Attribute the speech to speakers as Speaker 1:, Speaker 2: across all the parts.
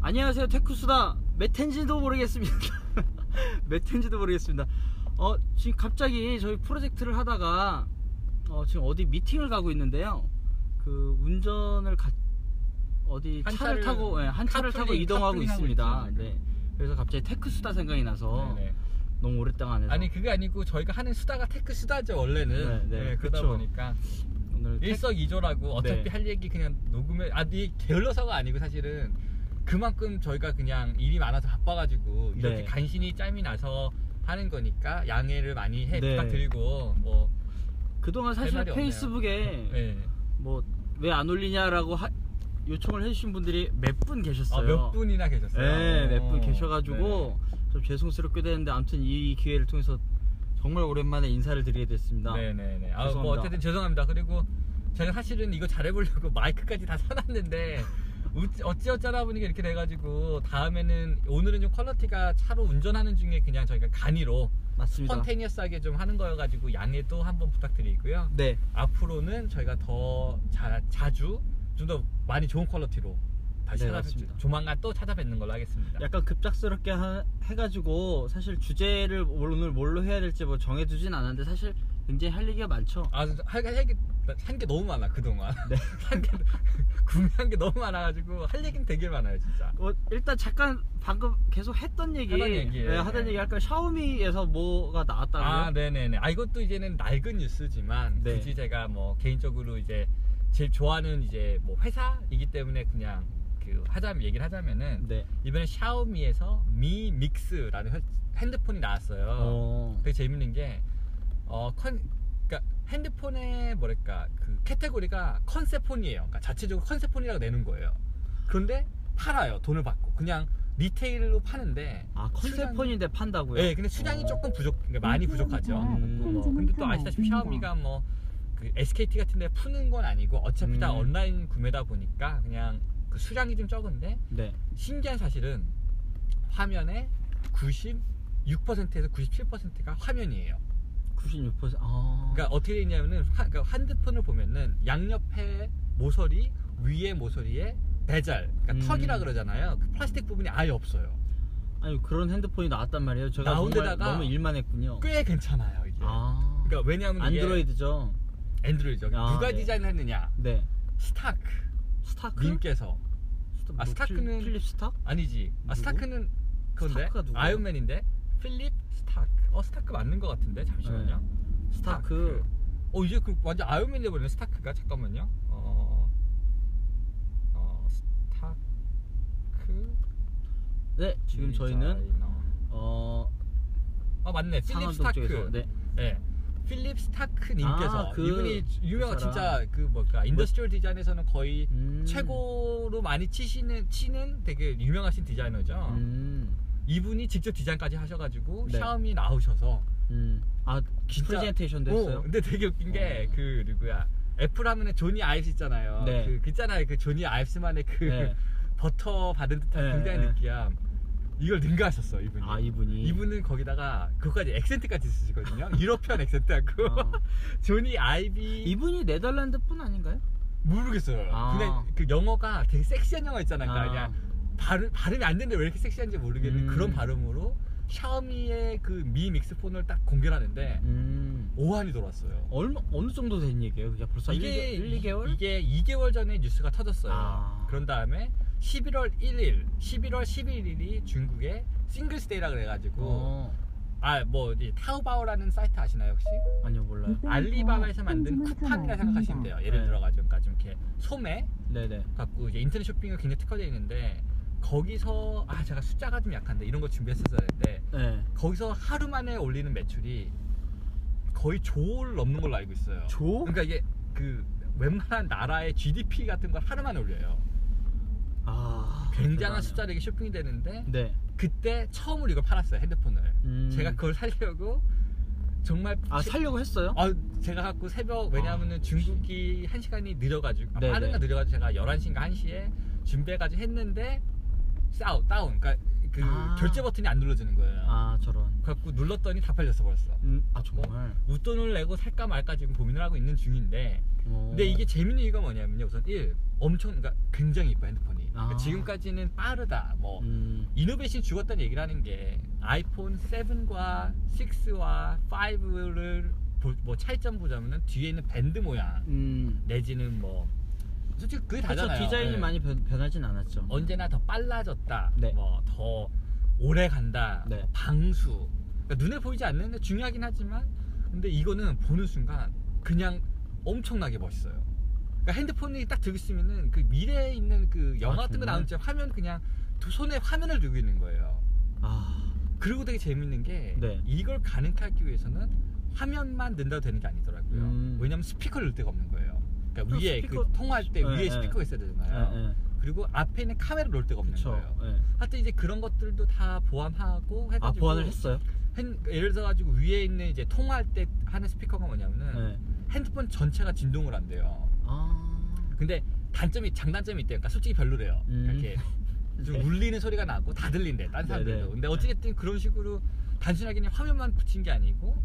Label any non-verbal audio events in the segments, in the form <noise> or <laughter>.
Speaker 1: 안녕하세요 테크수다 메텐지도 모르겠습니다 <laughs> 메텐지도 모르겠습니다 어 지금 갑자기 저희 프로젝트를 하다가 어 지금 어디 미팅을 가고 있는데요 그 운전을 가- 어디
Speaker 2: 한
Speaker 1: 차를,
Speaker 2: 차를
Speaker 1: 타고 예, 한 차를 타고
Speaker 2: 카풀링,
Speaker 1: 이동하고
Speaker 2: 카풀링 하고
Speaker 1: 있습니다
Speaker 2: 있죠, 지금.
Speaker 1: 네 그래서 갑자기 테크수다 생각이 나서
Speaker 2: 네네.
Speaker 1: 너무 오랫동안 해서
Speaker 2: 아니 그게 아니고 저희가 하는 수다가 테크 수다죠 원래는
Speaker 1: 네,
Speaker 2: 네,
Speaker 1: 네,
Speaker 2: 그러다
Speaker 1: 그쵸.
Speaker 2: 보니까
Speaker 1: 오늘 테-
Speaker 2: 일석이조라고 어차피
Speaker 1: 네.
Speaker 2: 할 얘기 그냥 녹음해 아니 게을러서가 아니고 사실은 그만큼 저희가 그냥 일이 많아서 바빠가지고 이렇게
Speaker 1: 네.
Speaker 2: 간신히 짬이 나서 하는 거니까 양해를 많이 해
Speaker 1: 네.
Speaker 2: 부탁드리고 뭐
Speaker 1: 그동안 사실
Speaker 2: 할 말이 없네요.
Speaker 1: 페이스북에
Speaker 2: 네.
Speaker 1: 뭐 왜 안 올리냐라고 하- 요청을 해주신 분들이 몇 분
Speaker 2: 아,
Speaker 1: 계셨어요
Speaker 2: 몇 분이나 계셨어요.
Speaker 1: 네, 몇 분
Speaker 2: 어,
Speaker 1: 계셔가지고 좀 죄송스럽게 되는데 아무튼 이 기회를 통해서 정말 오랜만에 인사를 드리게 됐습니다.
Speaker 2: 네, 네, 네. 아, 뭐
Speaker 1: 죄송합니다.
Speaker 2: 어쨌든 죄송합니다. 그리고 제가 사실은 이거 잘해보려고 <laughs> 마이크까지 다 사놨는데 어찌- 어찌어쩌다 보니까 이렇게 돼가지고 다음에는 오늘은 좀 퀄러티가 차로 운전하는 중에 그냥 저희가 간이로
Speaker 1: 맞습니다.
Speaker 2: 스폰테니어스하게 좀 하는 거여가지고 양해도 한번 부탁드리고요.
Speaker 1: 네,
Speaker 2: 앞으로는 저희가 더 자, 자주 좀 더 많이 좋은 퀄러티로 다시
Speaker 1: 네,
Speaker 2: 찾아뵙
Speaker 1: 맞습니다.
Speaker 2: 조만간 또 찾아뵙는 걸로 하겠습니다.
Speaker 1: 약간 급작스럽게 하- 해가지고 사실 주제를 오늘 뭘로 해야 될지 뭐 정해두진 않았는데 사실 굉장히 할 얘기가 많죠.
Speaker 2: 아, 한게 너무 많아 그동안.
Speaker 1: 네.
Speaker 2: <laughs> 한 게, 궁금한 게 너무 많아가지고 할 얘기는 되게 많아요 진짜.
Speaker 1: 어, 일단 잠깐 방금 계속 했던 얘기,
Speaker 2: 하던 얘기예요.
Speaker 1: 네, 하던
Speaker 2: 네.
Speaker 1: 얘기 할까? 샤오미에서 뭐가 나왔다고요?
Speaker 2: 아, 네네네. 아, 이것도 이제는 낡은 뉴스지만
Speaker 1: 네.
Speaker 2: 굳이 제가 뭐 개인적으로 이제 제일 좋아하는 이제 뭐 회사이기 때문에 그냥 그 하자면 얘기를 하자면은
Speaker 1: 네.
Speaker 2: 이번에 샤오미에서 미 믹스라는 회- 핸드폰이 나왔어요.
Speaker 1: 어.
Speaker 2: 되게 재밌는 게 어, 컨, 그러니까 핸드폰의 뭐랄까 그 캐테고리가 컨셉폰이에요. 그러니까 자체적으로 컨셉폰이라고 내는 거예요. 그런데 팔아요. 돈을 받고 그냥 리테일로 파는데
Speaker 1: 아 컨셉폰인데 판다고요?
Speaker 2: 네, 근데 수량이
Speaker 1: 어.
Speaker 2: 조금 부족, 그러니까 많이 부족하죠.
Speaker 1: 음.
Speaker 2: 뭐, 근데 또 아시다시피 샤오미가 뭐, 그 SKT 같은 데 푸는 건 아니고 어차피 다
Speaker 1: 음.
Speaker 2: 온라인 구매다 보니까 그냥 그 수량이 좀 적은데
Speaker 1: 네.
Speaker 2: 신기한 사실은 화면에 96%에서 97%가 화면이에요.
Speaker 1: 96%. 아.
Speaker 2: 그러니까 어떻게 되어 있냐면은 화- 그러니까 핸드폰을 보면은 양옆에 모서리, 위에 모서리에 베젤, 그러니까
Speaker 1: 음.
Speaker 2: 턱이라 그러잖아요. 그 플라스틱 부분이 아예 없어요.
Speaker 1: 아니 그런 핸드폰이 나왔단 말이에요. 제가
Speaker 2: 나온
Speaker 1: 정말
Speaker 2: 데다가
Speaker 1: 너무 일만 했군요.
Speaker 2: 꽤 괜찮아요, 이게.
Speaker 1: 아.
Speaker 2: 그러니까 왜냐하면 이게
Speaker 1: 안드로이드죠.
Speaker 2: 안드로이드 죠
Speaker 1: 아,
Speaker 2: 누가
Speaker 1: 네. 그?
Speaker 2: 디자인했느냐
Speaker 1: 네.
Speaker 2: 스타크
Speaker 1: 스타크.
Speaker 2: 님께서
Speaker 1: 스타-
Speaker 2: 아,
Speaker 1: 뭐,
Speaker 2: 스타크는-
Speaker 1: 필- 필립 스타?
Speaker 2: 아니지
Speaker 1: 누구?
Speaker 2: 아, 스타크는 그건데
Speaker 1: 스타크가 누구야?
Speaker 2: 아이언맨인데 필립 스타크 어 스타크 맞는 것 같은데 잠시만요
Speaker 1: 네. 스타크.
Speaker 2: 어 이제 그 완전 아이언맨 돼버리네 스타크가 잠깐만요 어, 어 스타크
Speaker 1: 네. 지금 저희는
Speaker 2: 디자이너.
Speaker 1: 어
Speaker 2: 아 맞네 필립
Speaker 1: 상암동 쪽에서
Speaker 2: 스타크
Speaker 1: 네.
Speaker 2: 네. 필립 스타크 님께서
Speaker 1: 아, 그-
Speaker 2: 이분이 유명한
Speaker 1: 그 사람.
Speaker 2: 진짜 그 뭘까 인더스트리얼 디자인에서는 거의
Speaker 1: 음.
Speaker 2: 최고로 많이 치시는 치는 되게 유명하신 디자이너죠.
Speaker 1: 음.
Speaker 2: 이분이 직접 디자인까지 하셔가지고
Speaker 1: 네.
Speaker 2: 샤오미 나오셔서
Speaker 1: 음. 아,
Speaker 2: 진짜-
Speaker 1: 프레젠테이션도 했어요.
Speaker 2: 오, 근데 되게 웃긴 게
Speaker 1: 어.
Speaker 2: 그 누구야? 애플 하면은 조니 아이브스 있잖아요.
Speaker 1: 네.
Speaker 2: 그, 그 있잖아요. 그 조니 아이브스만의 그
Speaker 1: 네.
Speaker 2: <laughs> 버터 받은 듯한
Speaker 1: 네,
Speaker 2: 굉장히
Speaker 1: 네.
Speaker 2: 느끼함. 이걸 능가하셨어 이분이.
Speaker 1: 아, 이분이.
Speaker 2: 은 거기다가 그것까지 액센트까지 쓰시거든요. 유럽편 액센트하고
Speaker 1: 아.
Speaker 2: <laughs> 조니 아이비
Speaker 1: 이분이 네덜란드 분 아닌가요?
Speaker 2: 모르겠어요.
Speaker 1: 아.
Speaker 2: 근데 그 영어가 되게 섹시한 영어 있잖아요.
Speaker 1: 아.
Speaker 2: 그러니까 그냥 발음, 발음이 안 되는데 왜 이렇게 섹시한지 모르겠는
Speaker 1: 음.
Speaker 2: 그런 발음으로 샤오미의 그 미 믹스폰을 딱 공개하는데
Speaker 1: 음.
Speaker 2: 오한이 돌았어요.
Speaker 1: 얼마 어느 정도 된 얘기예요? 그냥 벌써 1, 2, 개월
Speaker 2: 이게 2개월 전에 뉴스가 터졌어요.
Speaker 1: 아.
Speaker 2: 그런 다음에 11월 1일, 11월 11일이 중국의 싱글스데이라 그래가지고
Speaker 1: 어.
Speaker 2: 아 뭐 타오바오라는 사이트 아시나요 혹시?
Speaker 1: 아니요, 몰라요.
Speaker 2: 알리바바에서 만든 쿠팡이라 생각하시면 돼요. 예를
Speaker 1: 네.
Speaker 2: 들어가지고 그러니까 좀 이렇게 소매
Speaker 1: 네, 네.
Speaker 2: 갖고 이제 인터넷 쇼핑이 굉장히 특화되어 있는데 거기서 아 제가 숫자가 좀 약한데 이런 거 준비했었어야 했는데
Speaker 1: 네.
Speaker 2: 거기서 하루 만에 올리는 매출이 거의 조를 넘는 걸로 알고 있어요.
Speaker 1: 조?
Speaker 2: 그러니까 이게 그 웬만한 나라의 GDP 같은 걸 하루 만에 올려요.
Speaker 1: 아.
Speaker 2: 굉장한
Speaker 1: 대단해요.
Speaker 2: 숫자로 이게 쇼핑이 되는데
Speaker 1: 네.
Speaker 2: 그때 처음으로 이걸 팔았어요 핸드폰을.
Speaker 1: 음.
Speaker 2: 제가 그걸 살려고 정말
Speaker 1: 아
Speaker 2: 시-
Speaker 1: 살려고 했어요?
Speaker 2: 아, 제가 갖고 새벽 왜냐하면
Speaker 1: 아,
Speaker 2: 은 중국이 한 시간이 느려가지고 아,
Speaker 1: 네네.
Speaker 2: 빠른가 느려가지고 제가 11시인가 1시에 준비해가지고 했는데 싸우 다운 그러니까 그
Speaker 1: 아.
Speaker 2: 결제 버튼이 안 눌러지는 거예요.
Speaker 1: 아 저런.
Speaker 2: 그래갖고 눌렀더니 다 팔렸어 벌써.
Speaker 1: 음, 아
Speaker 2: 어?
Speaker 1: 정말.
Speaker 2: 웃돈을 내고 살까 말까 지금 고민을 하고 있는 중인데
Speaker 1: 어.
Speaker 2: 근데 이게 재밌는 이유가 뭐냐면요 우선 1 엄청 그러니까 굉장히 이뻐 핸드폰이 그러니까
Speaker 1: 아.
Speaker 2: 지금까지는 빠르다 뭐
Speaker 1: 음,
Speaker 2: 이노베이션 죽었다는 얘기를 하는 게 아이폰 7과 6와 5를 뭐 차이점 보자면은 뒤에 있는 밴드 모양
Speaker 1: 음.
Speaker 2: 내지는 뭐 솔직히 그게
Speaker 1: 그렇죠.
Speaker 2: 다잖아요
Speaker 1: 디자인이
Speaker 2: 예.
Speaker 1: 많이 변, 변하진 않았죠.
Speaker 2: 언제나 더 빨라졌다
Speaker 1: 네.
Speaker 2: 뭐 더 오래 간다 뭐
Speaker 1: 네.
Speaker 2: 방수 그러니까 눈에 보이지 않는데 중요하긴 하지만 근데 이거는 보는 순간 그냥 엄청나게 멋있어요 그러니까 핸드폰이 딱 들고 있으면은 그 미래에 있는 그 영화
Speaker 1: 아,
Speaker 2: 같은 거
Speaker 1: 정말?
Speaker 2: 나오는 때 화면 그냥 두 손에 화면을 들고 있는 거예요
Speaker 1: 아,
Speaker 2: 그리고 되게 재밌는 게
Speaker 1: 네.
Speaker 2: 이걸 가능하기 위해서는 화면만 넣는다고 되는 게 아니더라고요
Speaker 1: 음.
Speaker 2: 왜냐면 스피커를 넣을 데가 없는 거예요 그러니까
Speaker 1: 그럼
Speaker 2: 위에 그
Speaker 1: 스피커-
Speaker 2: 통화할 때
Speaker 1: 예,
Speaker 2: 위에
Speaker 1: 예.
Speaker 2: 스피커가 있어야 되잖아요
Speaker 1: 예, 예.
Speaker 2: 그리고 앞에 있는 카메라를 놓을 데가 없는
Speaker 1: 그렇죠.
Speaker 2: 거예요.
Speaker 1: 예.
Speaker 2: 하여튼 이제 그런 것들도 다 보완하고 해가지고
Speaker 1: 아 보완을 했어요.
Speaker 2: 핸- 예를 들어가지고 위에 있는 이제 통화할 때 하는 스피커가 뭐냐면은
Speaker 1: 예.
Speaker 2: 핸드폰 전체가 진동을 한대요.
Speaker 1: 아,
Speaker 2: 근데 단점이 장단점이 있대요. 그러니까 솔직히 별로래요.
Speaker 1: 음.
Speaker 2: 그러니까 이렇게
Speaker 1: <laughs>
Speaker 2: 좀
Speaker 1: 네.
Speaker 2: 울리는 소리가 나고 다 들린대. 딴 사람들도.
Speaker 1: 네네.
Speaker 2: 근데 어찌됐든 그런 식으로 단순하게 그냥 화면만 붙인 게 아니고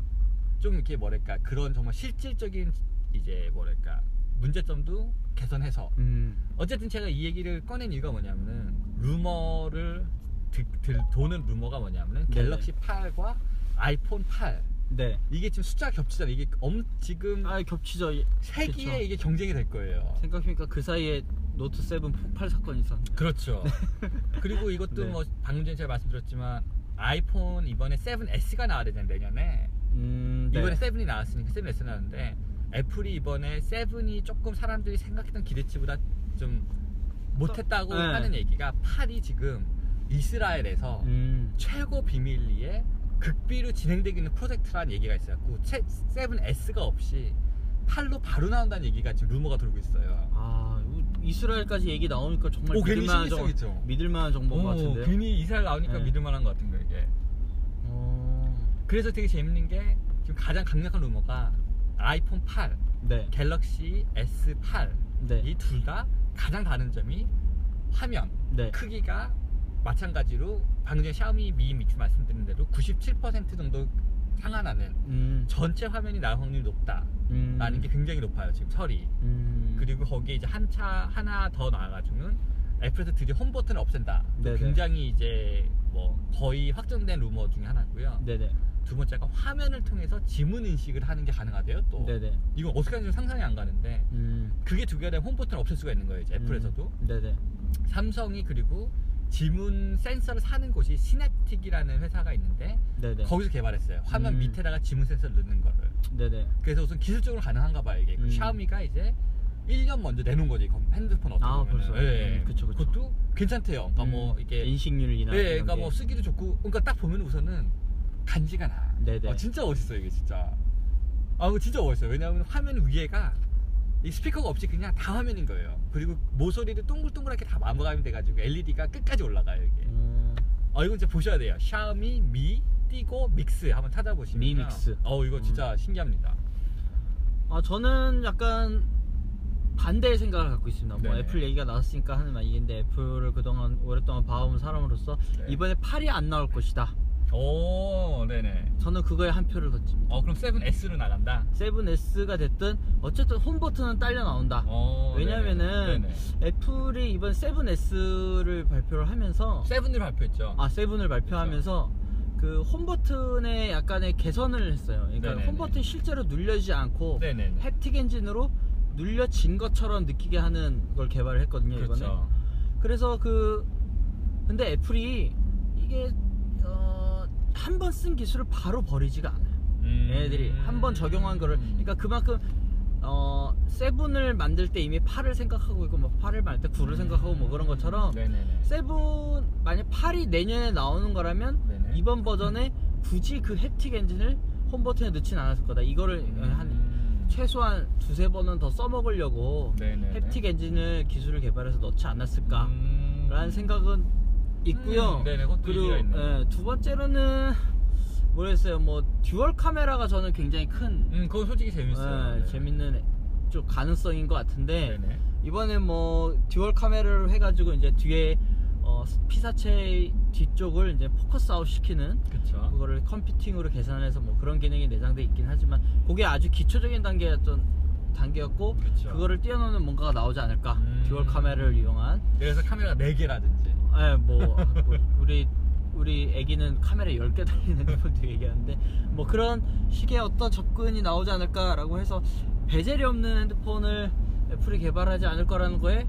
Speaker 2: 좀 이렇게 뭐랄까 그런 정말 실질적인 이제 뭐랄까 문제점도 개선해서
Speaker 1: 음,
Speaker 2: 어쨌든 제가 이 얘기를 꺼낸 이유가 뭐냐면은 루머를 드, 들, 도는 루머가 뭐냐면은
Speaker 1: 네네.
Speaker 2: 갤럭시 8과 아이폰 8
Speaker 1: 네.
Speaker 2: 이게 지금 숫자 겹치잖아 이게 엄, 지금
Speaker 1: 아 겹치죠.
Speaker 2: 세기에
Speaker 1: 그쵸.
Speaker 2: 이게 경쟁이 될 거예요
Speaker 1: 생각해보니까 그 사이에 노트 7 폭발 사건이 있었네요.
Speaker 2: 그렇죠 그리고 이것도
Speaker 1: 네.
Speaker 2: 뭐 방금 전에 제가 말씀드렸지만 아이폰 이번에 7S가 나와야 되잖아요 내년에
Speaker 1: 음, 네.
Speaker 2: 이번에 7이 나왔으니까 7S 나왔는데 애플이 이번에 7이 조금 사람들이 생각했던 기대치보다 좀 못했다고
Speaker 1: 네.
Speaker 2: 하는 얘기가 8이 지금 이스라엘에서
Speaker 1: 음,
Speaker 2: 최고 비밀리에 극비로 진행되고 있는 프로젝트라는 얘기가 그 있어갖고 7S가 없이 8로 바로 나온다는 얘기가 지금 루머가 돌고 있어요
Speaker 1: 아 이거 이스라엘까지 얘기 나오니까 정말
Speaker 2: 오, 괜히
Speaker 1: 믿을만한 정보,
Speaker 2: 신빙성이죠.
Speaker 1: 믿을만한 정보
Speaker 2: 오,
Speaker 1: 같은데. 요
Speaker 2: 괜히 이스라엘 나오니까
Speaker 1: 네.
Speaker 2: 믿을만한 것 같은 거 이게
Speaker 1: 어,
Speaker 2: 그래서 되게 재밌는 게 지금 가장 강력한 루머가 아이폰 8
Speaker 1: 네,
Speaker 2: 갤럭시 S8
Speaker 1: 네,
Speaker 2: 이 둘 다 가장 다른 점이 화면
Speaker 1: 네.
Speaker 2: 크기가 마찬가지로 방금 전에 샤오미 미 믹스 말씀드린 대로 97% 정도 상한하는
Speaker 1: 음,
Speaker 2: 전체 화면이 나올 확률이 높다라는
Speaker 1: 음,
Speaker 2: 게 굉장히 높아요 지금 설이
Speaker 1: 음,
Speaker 2: 그리고 거기에 이제 한 차 하나 더 나와가지고는 애플에서 드디어 홈 버튼을 없앤다 또
Speaker 1: 네네.
Speaker 2: 굉장히 이제 뭐 거의 확정된 루머 중에 하나고요
Speaker 1: 네네,
Speaker 2: 두 번째가 화면을 통해서 지문 인식을 하는 게 가능하대요 또
Speaker 1: 네네,
Speaker 2: 이건 어떻게 하는지 상상이 안 가는데
Speaker 1: 음,
Speaker 2: 그게 두 개가 되면 홈 버튼을 없앨 수가 있는 거예요 이제 애플에서도
Speaker 1: 음, 네네,
Speaker 2: 삼성이 그리고 지문 센서를 사는 곳이 시냅틱이라는 회사가 있는데
Speaker 1: 네네,
Speaker 2: 거기서 개발했어요. 화면
Speaker 1: 음.
Speaker 2: 밑에다가 지문 센서를 넣는 거를.
Speaker 1: 네네.
Speaker 2: 그래서 우선 기술적으로 가능한가 봐요 이게. 그
Speaker 1: 음.
Speaker 2: 샤오미가 이제 1년 먼저 내놓은 거죠. 이거 핸드폰 어떻게
Speaker 1: 아,
Speaker 2: 보면.
Speaker 1: 벌써. 음, 그쵸, 그쵸.
Speaker 2: 그것도 괜찮대요. 그러니까 뭐
Speaker 1: 음,
Speaker 2: 이게
Speaker 1: 인식률이나
Speaker 2: 예,
Speaker 1: 이런
Speaker 2: 그러니까
Speaker 1: 게.
Speaker 2: 뭐 쓰기도 좋고. 그러니까 딱 보면 우선은 간지가 나.
Speaker 1: 네네.
Speaker 2: 어, 진짜 멋있어 이게 진짜. 아, 이거 진짜 멋있어요. 왜냐하면 화면 위에가 이 스피커가 없이 그냥 다 화면인 거예요. 그리고 모서리도 동글동글하게 다 마감이 돼가지고 LED가 끝까지 올라가요 이게.
Speaker 1: 음,
Speaker 2: 어 이건 진짜 보셔야 돼요. 샤오미 미 띠고 믹스 한번 찾아보시면.
Speaker 1: 미 믹스. 음.
Speaker 2: 어 이거 진짜 신기합니다.
Speaker 1: 아 저는 약간 반대의 생각을 갖고 있습니다. 뭐
Speaker 2: 네네.
Speaker 1: 애플 얘기가 나왔으니까 하는 말이긴데 애플을 그동안 오랫동안 봐온 사람으로서
Speaker 2: 네.
Speaker 1: 이번에 팔이 안 나올 것이다.
Speaker 2: 오, 네네.
Speaker 1: 저는 그거에 한 표를 던집니다.
Speaker 2: 어 그럼 7S로 나간다.
Speaker 1: 7S가 됐든 어쨌든 홈 버튼은 딸려 나온다.
Speaker 2: 어.
Speaker 1: 왜냐면은
Speaker 2: 네네.
Speaker 1: 애플이 이번 7S를 발표를 하면서
Speaker 2: 7을 발표했죠.
Speaker 1: 아 7을 발표하면서 그 홈 버튼에 약간의 개선을 했어요. 그러니까
Speaker 2: 네네네.
Speaker 1: 홈 버튼 실제로 눌려지지 않고
Speaker 2: 네네.
Speaker 1: 햅틱 엔진으로 눌려진 것처럼 느끼게 하는 걸 개발을 했거든요 이번에.
Speaker 2: 그렇죠.
Speaker 1: 그래서 그 근데 애플이 이게 어, 한 번 쓴 기술을 바로 버리지가 않아요.
Speaker 2: 음.
Speaker 1: 얘네들이 한 번 적용한 거를 그러니까 그만큼 어 세븐을 만들 때 이미 팔을 생각하고 있고 뭐 팔을 만들 때 구를 생각하고 뭐 그런 것처럼
Speaker 2: 네네네.
Speaker 1: 세븐 만약 팔이 내년에 나오는 거라면
Speaker 2: 네네.
Speaker 1: 이번 버전에 굳이 그 햅틱 엔진을 홈 버튼에 넣진 않았을 거다. 이거를 한
Speaker 2: 음.
Speaker 1: 최소한 두세 번은 더 써먹으려고
Speaker 2: 네네네.
Speaker 1: 햅틱 엔진을 기술을 개발해서 넣지 않았을까?
Speaker 2: 음.
Speaker 1: 라는 생각은 있고요.
Speaker 2: 음, 네네, 그것도 일리가
Speaker 1: 그리고
Speaker 2: 있네요.
Speaker 1: 예, 두 번째로는 모르겠어요. 뭐 듀얼 카메라가 저는 굉장히 큰
Speaker 2: 음, 그건 솔직히 재밌어요. 네.
Speaker 1: 예, 재밌는 좀 가능성인 것 같은데
Speaker 2: 네네.
Speaker 1: 이번에 뭐 듀얼 카메라를 해가지고 이제 뒤에 어, 피사체 뒤쪽을 이제 포커스 아웃 시키는
Speaker 2: 그쵸.
Speaker 1: 그거를 컴퓨팅으로 계산해서 뭐 그런 기능이 내장돼 있긴 하지만 그게 아주 기초적인 단계였던 단계였고
Speaker 2: 그쵸.
Speaker 1: 거를 뛰어넘는 뭔가가 나오지 않을까
Speaker 2: 음.
Speaker 1: 듀얼 카메라를 이용한
Speaker 2: 그래서 카메라가 4개라든지.
Speaker 1: 예, 뭐 우리 우리 애기는 카메라 10개 달린 핸드폰도 얘기하는데 뭐 그런 식의 어떤 접근이 나오지 않을까라고 해서 배젤이 없는 핸드폰을 애플이 개발하지 않을 거라는 거에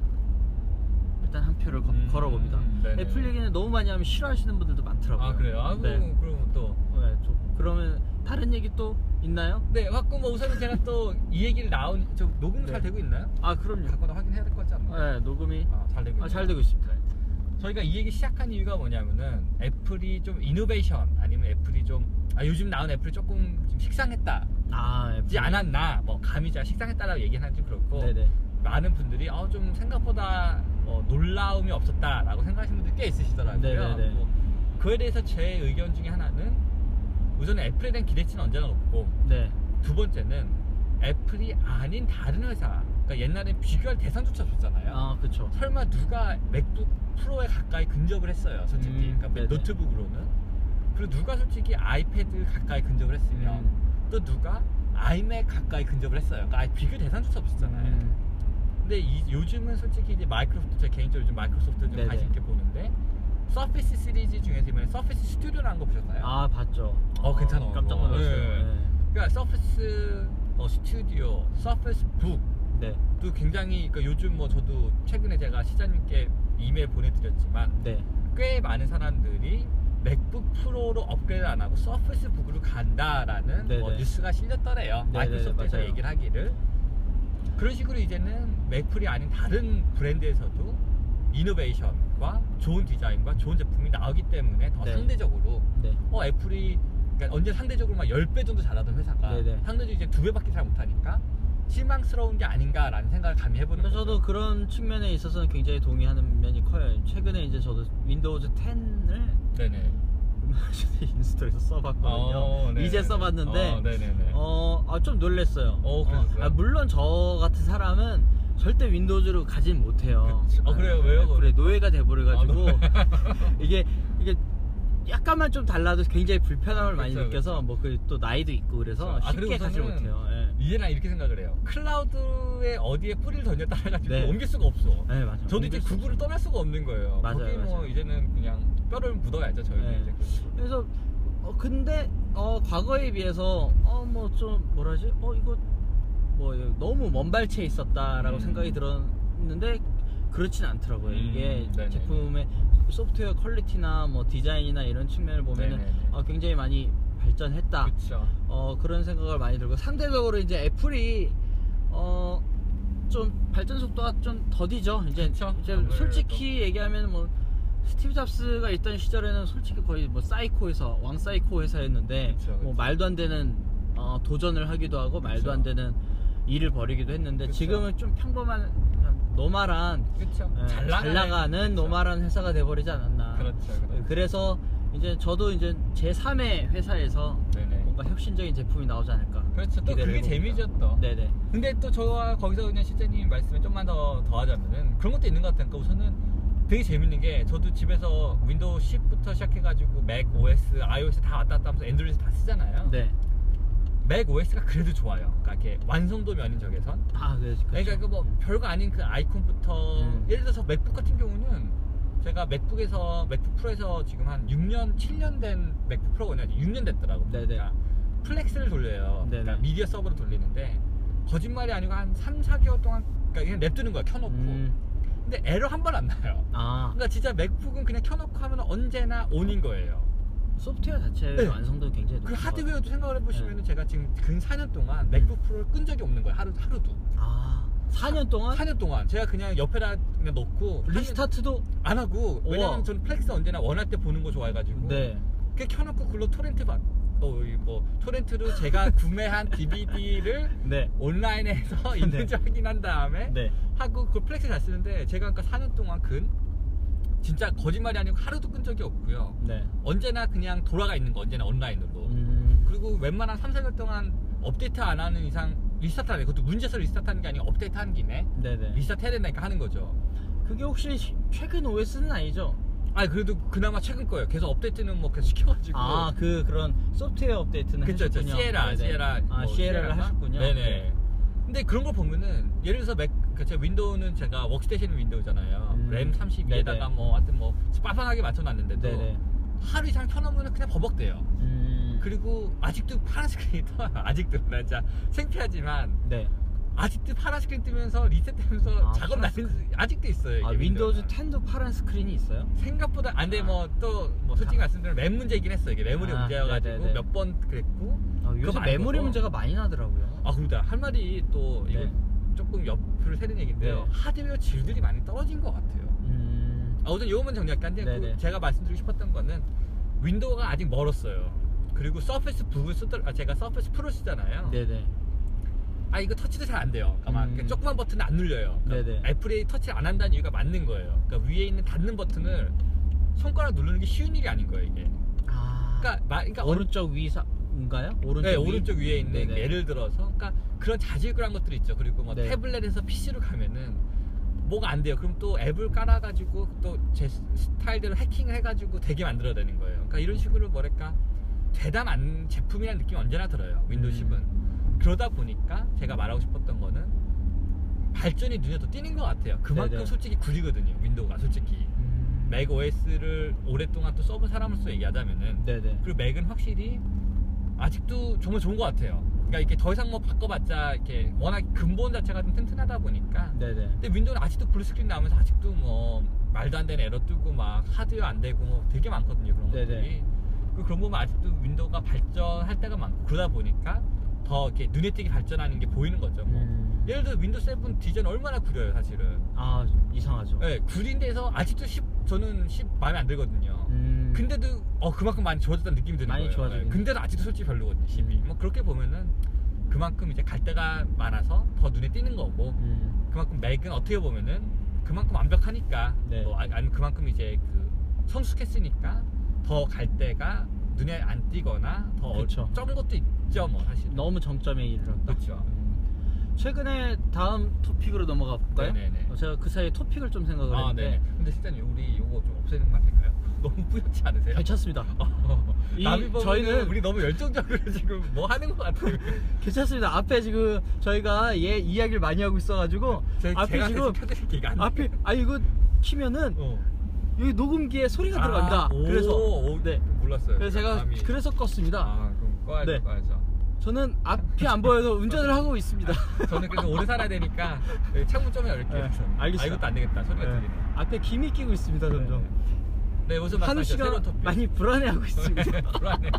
Speaker 1: 일단 한 표를 거-
Speaker 2: 음,
Speaker 1: 걸어봅니다.
Speaker 2: 네네.
Speaker 1: 애플 얘기는 너무 많이 하면 싫어하시는 분들도 많더라고요.
Speaker 2: 아, 그래요? 아,
Speaker 1: 네.
Speaker 2: 그럼, 그럼 또.
Speaker 1: 네, 좀 그러면 다른 얘기 또 있나요?
Speaker 2: 네, 맞고 뭐 우선은 제가 또 이 얘기를 나온, 저 녹음 잘 되고 있나요?
Speaker 1: 아 그럼요.
Speaker 2: 갖고 나 확인해야 될 것 같지 않나요?
Speaker 1: 네, 녹음이
Speaker 2: 아, 잘 되고
Speaker 1: 아,
Speaker 2: 있네요.
Speaker 1: 잘 되고 있습니다.
Speaker 2: 저희가 이 얘기 시작한 이유가 뭐냐면은 애플이 좀 이노베이션 아니면 애플이 좀 아, 요즘 나온 애플이 조금 좀 식상했다지
Speaker 1: 아, 애플.
Speaker 2: 않았나 뭐 감이 잘 식상했다라고 얘기는 하긴 그렇고
Speaker 1: 네네.
Speaker 2: 많은 분들이 어, 좀 생각보다 어, 놀라움이 없었다라고 생각하시는 분들 꽤 있으시더라고요.
Speaker 1: 네네네.
Speaker 2: 뭐, 그에 대해서 제 의견 중에 하나는 우선 애플에 대한 기대치는 언제나 높고
Speaker 1: 네.
Speaker 2: 두 번째는 애플이 아닌 다른 회사 그러니까 옛날에 비교할 대상조차 없었잖아요.
Speaker 1: 아, 그쵸.
Speaker 2: 설마 누가 맥북 프로에 가까이 근접을 했어요 솔직히
Speaker 1: 음,
Speaker 2: 그러니까
Speaker 1: 네네.
Speaker 2: 노트북으로는 그리고 누가 솔직히 아이패드 가까이 근접을 했으면
Speaker 1: 음.
Speaker 2: 또 누가 아이맥 가까이 근접을 했어요 그러니까 아예 비교 대상조차 없었잖아요
Speaker 1: 음.
Speaker 2: 근데 이- 요즘은 솔직히 이제 마이크로소프트 제가 개인적으로 요즘 마이크로소프트 좀
Speaker 1: 네네.
Speaker 2: 관심 있게 보는데 서피스 시리즈 중에서 이번에 서피스 스튜디오라는 거 보셨나요?
Speaker 1: 아, 봤죠.
Speaker 2: 어, 괜찮아.
Speaker 1: 깜짝
Speaker 2: 그거.
Speaker 1: 놀랐어요.
Speaker 2: 예. 그러니까 서피스 어, 스튜디오, 서피스 북
Speaker 1: 네. 네.
Speaker 2: 또 굉장히 그러니까 요즘 뭐 저도 최근에 제가 시장님께 이메일 보내드렸지만
Speaker 1: 네.
Speaker 2: 꽤 많은 사람들이 맥북 프로로 업그레이드 안 하고 서피스 북으로 간다라는 뭐
Speaker 1: 네네.
Speaker 2: 뉴스가 실렸더래요
Speaker 1: 네네,
Speaker 2: 마이크로소프트에서
Speaker 1: 맞아요.
Speaker 2: 얘기를 하기를 그런 식으로 이제는 맥플이 아닌 다른 브랜드에서도 이노베이션과 좋은 디자인과 좋은 제품이 나오기 때문에 더
Speaker 1: 네.
Speaker 2: 상대적으로
Speaker 1: 네.
Speaker 2: 어 애플이 그러니까 언제 상대적으로 막 10배 정도 잘하던 회사가
Speaker 1: 네네.
Speaker 2: 상대적으로 이제 두 배밖에 잘 못하니까 실망스러운 게 아닌가라는 생각을 감히 해보는
Speaker 1: 근데
Speaker 2: 거죠.
Speaker 1: 저도 그런 측면에 있어서는 굉장히 동의하는 면이 커요. 최근에 이제 저도 윈도우즈 10을 <laughs>
Speaker 2: 네네.
Speaker 1: 얼마 전에 인스톨해서 써봤거든요.
Speaker 2: 어, 네네네.
Speaker 1: 이제 써봤는데
Speaker 2: 어, 네네네.
Speaker 1: 어, 아, 좀 놀랬어요.
Speaker 2: 어, 그러셨어요?
Speaker 1: 아, 물론 저 같은 사람은 절대 윈도우즈로 가진 못해요. 네,
Speaker 2: 그치. 어, 그래요? 왜요?
Speaker 1: 그래, 노예가 돼버려가지고.
Speaker 2: 아,
Speaker 1: <laughs> 이게, 이게 약간만 좀 달라도 굉장히 불편함을 많이
Speaker 2: 그쵸,
Speaker 1: 느껴서, 뭐, 그 또 나이도 있고 그래서
Speaker 2: 그쵸. 아,
Speaker 1: 쉽게
Speaker 2: 그리고
Speaker 1: 가지
Speaker 2: 저는
Speaker 1: 못해요. 예.
Speaker 2: 이제 난 이렇게 생각을 해요. 클라우드에 어디에 뿌리를 던져 따라가지고
Speaker 1: 네.
Speaker 2: 옮길 수가 없어.
Speaker 1: 네, 맞아요.
Speaker 2: 저도 이제
Speaker 1: 옮길 수
Speaker 2: 구글을 떠날 수가 없는 거예요.
Speaker 1: 맞아요,
Speaker 2: 거기 뭐
Speaker 1: 맞아요.
Speaker 2: 이제는 그냥 뼈를 묻어야죠 저희는
Speaker 1: 네.
Speaker 2: 이제. 그렇죠. 그런 식으로.
Speaker 1: 그래서 어, 근데 어, 과거에 비해서 어 뭐 좀 뭐라지 어 이거 뭐 너무 먼발치에 있었다라고
Speaker 2: 음.
Speaker 1: 생각이 들었는데 그렇진 않더라고요
Speaker 2: 음,
Speaker 1: 이게
Speaker 2: 네네네.
Speaker 1: 제품의 소프트웨어 퀄리티나 뭐 디자인이나 이런 측면을 보면은
Speaker 2: 네네네.
Speaker 1: 어, 굉장히 많이 발전했다
Speaker 2: 그쵸.
Speaker 1: 어, 그런 생각을 많이 들고 상대적으로 이제 애플이 어, 좀 발전 속도가 좀 더디죠. 이제,
Speaker 2: 그쵸?
Speaker 1: 이제
Speaker 2: 아무래도.
Speaker 1: 솔직히 얘기하면 뭐 스티브 잡스가 있던 시절에는 솔직히 거의 뭐 사이코 회사, 왕 사이코 회사였는데
Speaker 2: 그쵸, 그쵸.
Speaker 1: 뭐 말도 안 되는 어, 도전을 하기도 하고 말도
Speaker 2: 그쵸.
Speaker 1: 안 되는 일을 벌이기도 했는데
Speaker 2: 그쵸.
Speaker 1: 지금은 좀 평범한 그냥 노말한
Speaker 2: 그쵸.
Speaker 1: 예, 잘, 나가는
Speaker 2: 그렇죠. 그쵸.
Speaker 1: 노말한 회사가 돼버리지 않았나.
Speaker 2: 그렇죠.
Speaker 1: 예,
Speaker 2: 그렇죠.
Speaker 1: 그래서 이제 저도 이제 제 3의 회사에서
Speaker 2: 네네.
Speaker 1: 뭔가 혁신적인 제품이 나오지 않을까.
Speaker 2: 그렇죠. 또
Speaker 1: 기대를
Speaker 2: 그게
Speaker 1: 해봅니다.
Speaker 2: 재미죠 또.
Speaker 1: 네네.
Speaker 2: 근데 또 저와 거기서 그냥 실제님 말씀에 좀만 더 더하자면은 그런 것도 있는 것 같아요. 그러니까 우선은 되게 재밌는 게 저도 집에서 윈도우 10부터 시작해가지고 맥 OS, iOS 다 왔다 갔다 하면서 안드로이드 다 쓰잖아요.
Speaker 1: 네.
Speaker 2: 맥 OS가 그래도 좋아요. 그러니까 이렇게 완성도 면인 적에선.
Speaker 1: 아, 그래.
Speaker 2: 그러니까 그 뭐 별거 아닌 그 아이콘부터
Speaker 1: 음.
Speaker 2: 예를 들어서 맥북 같은 경우는 제가 맥북에서 맥북 프로에서 지금 한 6년 7년 된 맥북 프로가 아니라 6년 됐더라고.
Speaker 1: 네네.
Speaker 2: 그러니까 플렉스를 돌려요.
Speaker 1: 네네.
Speaker 2: 그러니까 미디어 서버로 돌리는데 거짓말이 아니고 한 3, 4개월 동안 그러니까 그냥 냅두는 거야 켜놓고.
Speaker 1: 음.
Speaker 2: 근데 에러 한 번 안 나요.
Speaker 1: 아,
Speaker 2: 그러니까 진짜 맥북은 그냥 켜놓고 하면 언제나 온인 거예요.
Speaker 1: 소프트웨어 자체
Speaker 2: 네.
Speaker 1: 의 완성도 굉장히 높은
Speaker 2: 그
Speaker 1: 것 같아요.
Speaker 2: 하드웨어도 생각을
Speaker 1: 네.
Speaker 2: 해보시면 은 제가 지금 근 4년
Speaker 1: 음.
Speaker 2: 동안 맥북 프로를 끈 적이 없는 거예요. 하루, 하루도.
Speaker 1: 아, 4년 동안
Speaker 2: 4년 동안 제가 그냥 옆에다 그냥 놓고
Speaker 1: 리스타트도
Speaker 2: 안 하고
Speaker 1: 우와.
Speaker 2: 왜냐면 저는 플렉스 언제나 원할 때 보는 거 좋아해가지고
Speaker 1: 네.
Speaker 2: 그냥 켜놓고 글로 토렌트 받, 어, 이뭐 토렌트로 제가 구매한 <laughs> DVD를
Speaker 1: 네. <laughs>
Speaker 2: 온라인에서 있는지 확인한 다음에
Speaker 1: 네.
Speaker 2: 하고 그 플렉스 잘 쓰는데 제가 아까 4년 동안 근 진짜 거짓말이 아니고 하루도 끈 적이 없고요
Speaker 1: 네.
Speaker 2: 언제나 그냥 돌아가 있는 거 언제나 온라인으로
Speaker 1: 음.
Speaker 2: 그리고 웬만한 3, 4년 동안 업데이트 안 하는 이상 리스타트 하네 그것도 문제에서 리스타트 하는 게 아니고 업데이트 하는 김에
Speaker 1: 네네.
Speaker 2: 리스타트 해야 된다니까 하는 거죠
Speaker 1: 그게 혹시 시- 최근 OS는 아니죠?
Speaker 2: 아니 그래도 그나마 최근 거예요. 계속 업데이트는 뭐 계속 시켜가지고.
Speaker 1: 아, 그 그런 소프트웨어 업데이트는
Speaker 2: 그쵸, 그쵸.
Speaker 1: 하셨군요.
Speaker 2: 시에라,
Speaker 1: 네네.
Speaker 2: 시에라.
Speaker 1: 아,
Speaker 2: 뭐
Speaker 1: 시에라를
Speaker 2: 시에라인가?
Speaker 1: 하셨군요.
Speaker 2: 네네. 근데 그런 걸 보면은 예를 들어서 맥, 그제 윈도우는 제가 워크스테이션 윈도우잖아요.
Speaker 1: 음.
Speaker 2: 램 32에다가
Speaker 1: 네네.
Speaker 2: 뭐 하여튼 뭐 빤빤하게 맞춰놨는데도
Speaker 1: 네네.
Speaker 2: 하루 이상 켜놓으면 그냥 버벅대요.
Speaker 1: 음.
Speaker 2: 그리고 아직도 파란 스크린이 <laughs> 떠요. 아직도 나 진짜 창피하지만
Speaker 1: 네.
Speaker 2: 아직도 파란 스크린 뜨면서 리셋되면서
Speaker 1: 아,
Speaker 2: 작업
Speaker 1: 파란
Speaker 2: 나는 아직도 있어요. 이게
Speaker 1: 아, 윈도우즈
Speaker 2: 윈도우는.
Speaker 1: 10도 파란 스크린이 있어요?
Speaker 2: 생각보다 안돼 뭐또 뭐 솔직히 말씀드리면 램 문제이긴 했어 이게 메모리
Speaker 1: 아,
Speaker 2: 문제여가지고
Speaker 1: 네네네.
Speaker 2: 몇 번 그랬고
Speaker 1: 아, 요즘
Speaker 2: 그거
Speaker 1: 메모리
Speaker 2: 말고도-
Speaker 1: 문제가 많이 나더라고요.
Speaker 2: 아 그리고 나할 말이 또 이거
Speaker 1: 네.
Speaker 2: 조금 옆을 새는 얘기인데요
Speaker 1: 네.
Speaker 2: 하드웨어 질들이 많이 떨어진 것 같아요
Speaker 1: 음.
Speaker 2: 아 우선 요거만 정리할게 한데 그
Speaker 1: 네네.
Speaker 2: 제가 말씀드리고 싶었던 거는 윈도우가 아직 멀었어요 그리고 서페이스 북을 쓰더 아, 제가 서페이스 프로 쓰잖아요
Speaker 1: 네네.
Speaker 2: 아 이거 터치도 잘 안 돼요 그러니까 막
Speaker 1: 음.
Speaker 2: 이렇게 조그만 버튼 안 눌려요 그러니까
Speaker 1: 네네.
Speaker 2: 애플이 터치를 안 한다는 이유가 맞는 거예요 그러니까 위에 있는 닫는 버튼을 손가락 누르는 게 쉬운 일이 아닌 거예요 이게
Speaker 1: 아.
Speaker 2: 그러니까, 마- 그러니까 어느
Speaker 1: 오른쪽 위사인가요? 오른쪽
Speaker 2: 네,
Speaker 1: 위?
Speaker 2: 오른쪽 위에 있는
Speaker 1: 네네.
Speaker 2: 예를 들어서 그러니까 그런 자질구레한 것들이 있죠. 그리고 뭐
Speaker 1: 네.
Speaker 2: 태블릿에서 PC로 가면은 뭐가 안 돼요. 그럼 또 앱을 깔아가지고 또 제 스타일대로 해킹을 해가지고 되게 만들어야 되는 거예요. 그러니까 이런 식으로 뭐랄까 대담 안 제품이라는 느낌이 언제나 들어요. 윈도우
Speaker 1: 음.
Speaker 2: 10은 그러다 보니까 제가 말하고 싶었던 거는 발전이 눈에 더 띄는 것 같아요. 그만큼
Speaker 1: 네네.
Speaker 2: 솔직히 구리거든요. 윈도우가 솔직히
Speaker 1: 음.
Speaker 2: 맥 OS를 오랫동안 또 써본 사람으로서 얘기하자면은
Speaker 1: 네네.
Speaker 2: 그리고 맥은 확실히 아직도 정말 좋은 것 같아요. 그러니까 이렇게 더 이상 뭐 바꿔봤자 이렇게 워낙 근본 자체가 좀 튼튼하다 보니까.
Speaker 1: 네네.
Speaker 2: 근데 윈도우는 아직도 블루스크린 나오면서 아직도 뭐 말도 안 되는 에러 뜨고 막 하드웨어 안 되고 뭐 되게 많거든요 그런
Speaker 1: 네네.
Speaker 2: 것들이. 그 그런 거 보면 아직도 윈도우가 발전할 때가 많고 그러다 보니까 더 이렇게 눈에 띄게 발전하는 게 보이는 거죠. 뭐.
Speaker 1: 음.
Speaker 2: 예를 들어 윈도우 7 디자인 얼마나 구려요 사실은.
Speaker 1: 아 이상하죠.
Speaker 2: 예, 구린데서 아직도 10 저는 10 마음에 안 들거든요.
Speaker 1: 음.
Speaker 2: 근데도 어 그만큼 많이 좋아졌다는 느낌이 드는
Speaker 1: 많이
Speaker 2: 거예요.
Speaker 1: 좋아지긴
Speaker 2: 예, 근데도 아직도 솔직히 별로거든요.
Speaker 1: 음.
Speaker 2: 10이. 뭐 그렇게 보면은 그만큼 이제 갈 데가 많아서 더 눈에 띄는 거고
Speaker 1: 음.
Speaker 2: 그만큼 맥은 어떻게 보면은 그만큼 완벽하니까
Speaker 1: 네.
Speaker 2: 뭐 아, 아니 그만큼 이제 그 성숙했으니까 더 갈 데가 눈에 안 띄거나 더 어-
Speaker 1: 그쵸.
Speaker 2: 적은 것도 있죠 뭐 사실.
Speaker 1: 너무 정점에 이르렀다.
Speaker 2: 그렇죠.
Speaker 1: 음. 최근에 다음 토픽으로 넘어가 볼까요?
Speaker 2: 네네네.
Speaker 1: 어, 제가 그 사이에 토픽을 좀 생각을
Speaker 2: 아, 네.
Speaker 1: 했는데
Speaker 2: 근데 실제는 우리 요거 좀 없애는 거 아닐까요? <laughs> 너무 뿌옇지 않으세요? <laughs> 어.
Speaker 1: 괜찮습니다. 이-
Speaker 2: 나비범은
Speaker 1: 저희는-
Speaker 2: 우리 너무 열정적으로 지금 뭐 하는 것 같아요.
Speaker 1: <laughs> 괜찮습니다. 앞에 지금 저희가 얘 이야기를 많이 하고 있어가지고
Speaker 2: 저
Speaker 1: 앞에
Speaker 2: 제가
Speaker 1: 지금 <laughs>
Speaker 2: 계속 켜드릴게요. 이거 안
Speaker 1: 앞에 아 이거 키면은
Speaker 2: 어.
Speaker 1: 여기 녹음기에 소리가
Speaker 2: 아,
Speaker 1: 들어갑니다.
Speaker 2: 오,
Speaker 1: 그래서
Speaker 2: 오,
Speaker 1: 네.
Speaker 2: 몰랐어요.
Speaker 1: 그래서 제가
Speaker 2: 감이.
Speaker 1: 그래서 껐습니다.
Speaker 2: 아 그럼 꺼야죠,
Speaker 1: 네.
Speaker 2: 꺼야죠.
Speaker 1: 저는 앞이 안
Speaker 2: <laughs>
Speaker 1: 보여서 운전을 하고 있습니다.
Speaker 2: 저는 그래도 오래 살아야 되니까 여기 창문 좀 열게요.
Speaker 1: 네, 알겠습니다.
Speaker 2: 아 이것도 안 되겠다. 소리가
Speaker 1: 네.
Speaker 2: 들리네.
Speaker 1: 앞에 김이 끼고 있습니다. 점점
Speaker 2: 네, 요즘
Speaker 1: 한우
Speaker 2: 말씀하신
Speaker 1: 씨가
Speaker 2: 새로운 토픽. <laughs> 네,
Speaker 1: 많이 불안해하고 있습니다.
Speaker 2: 불안해.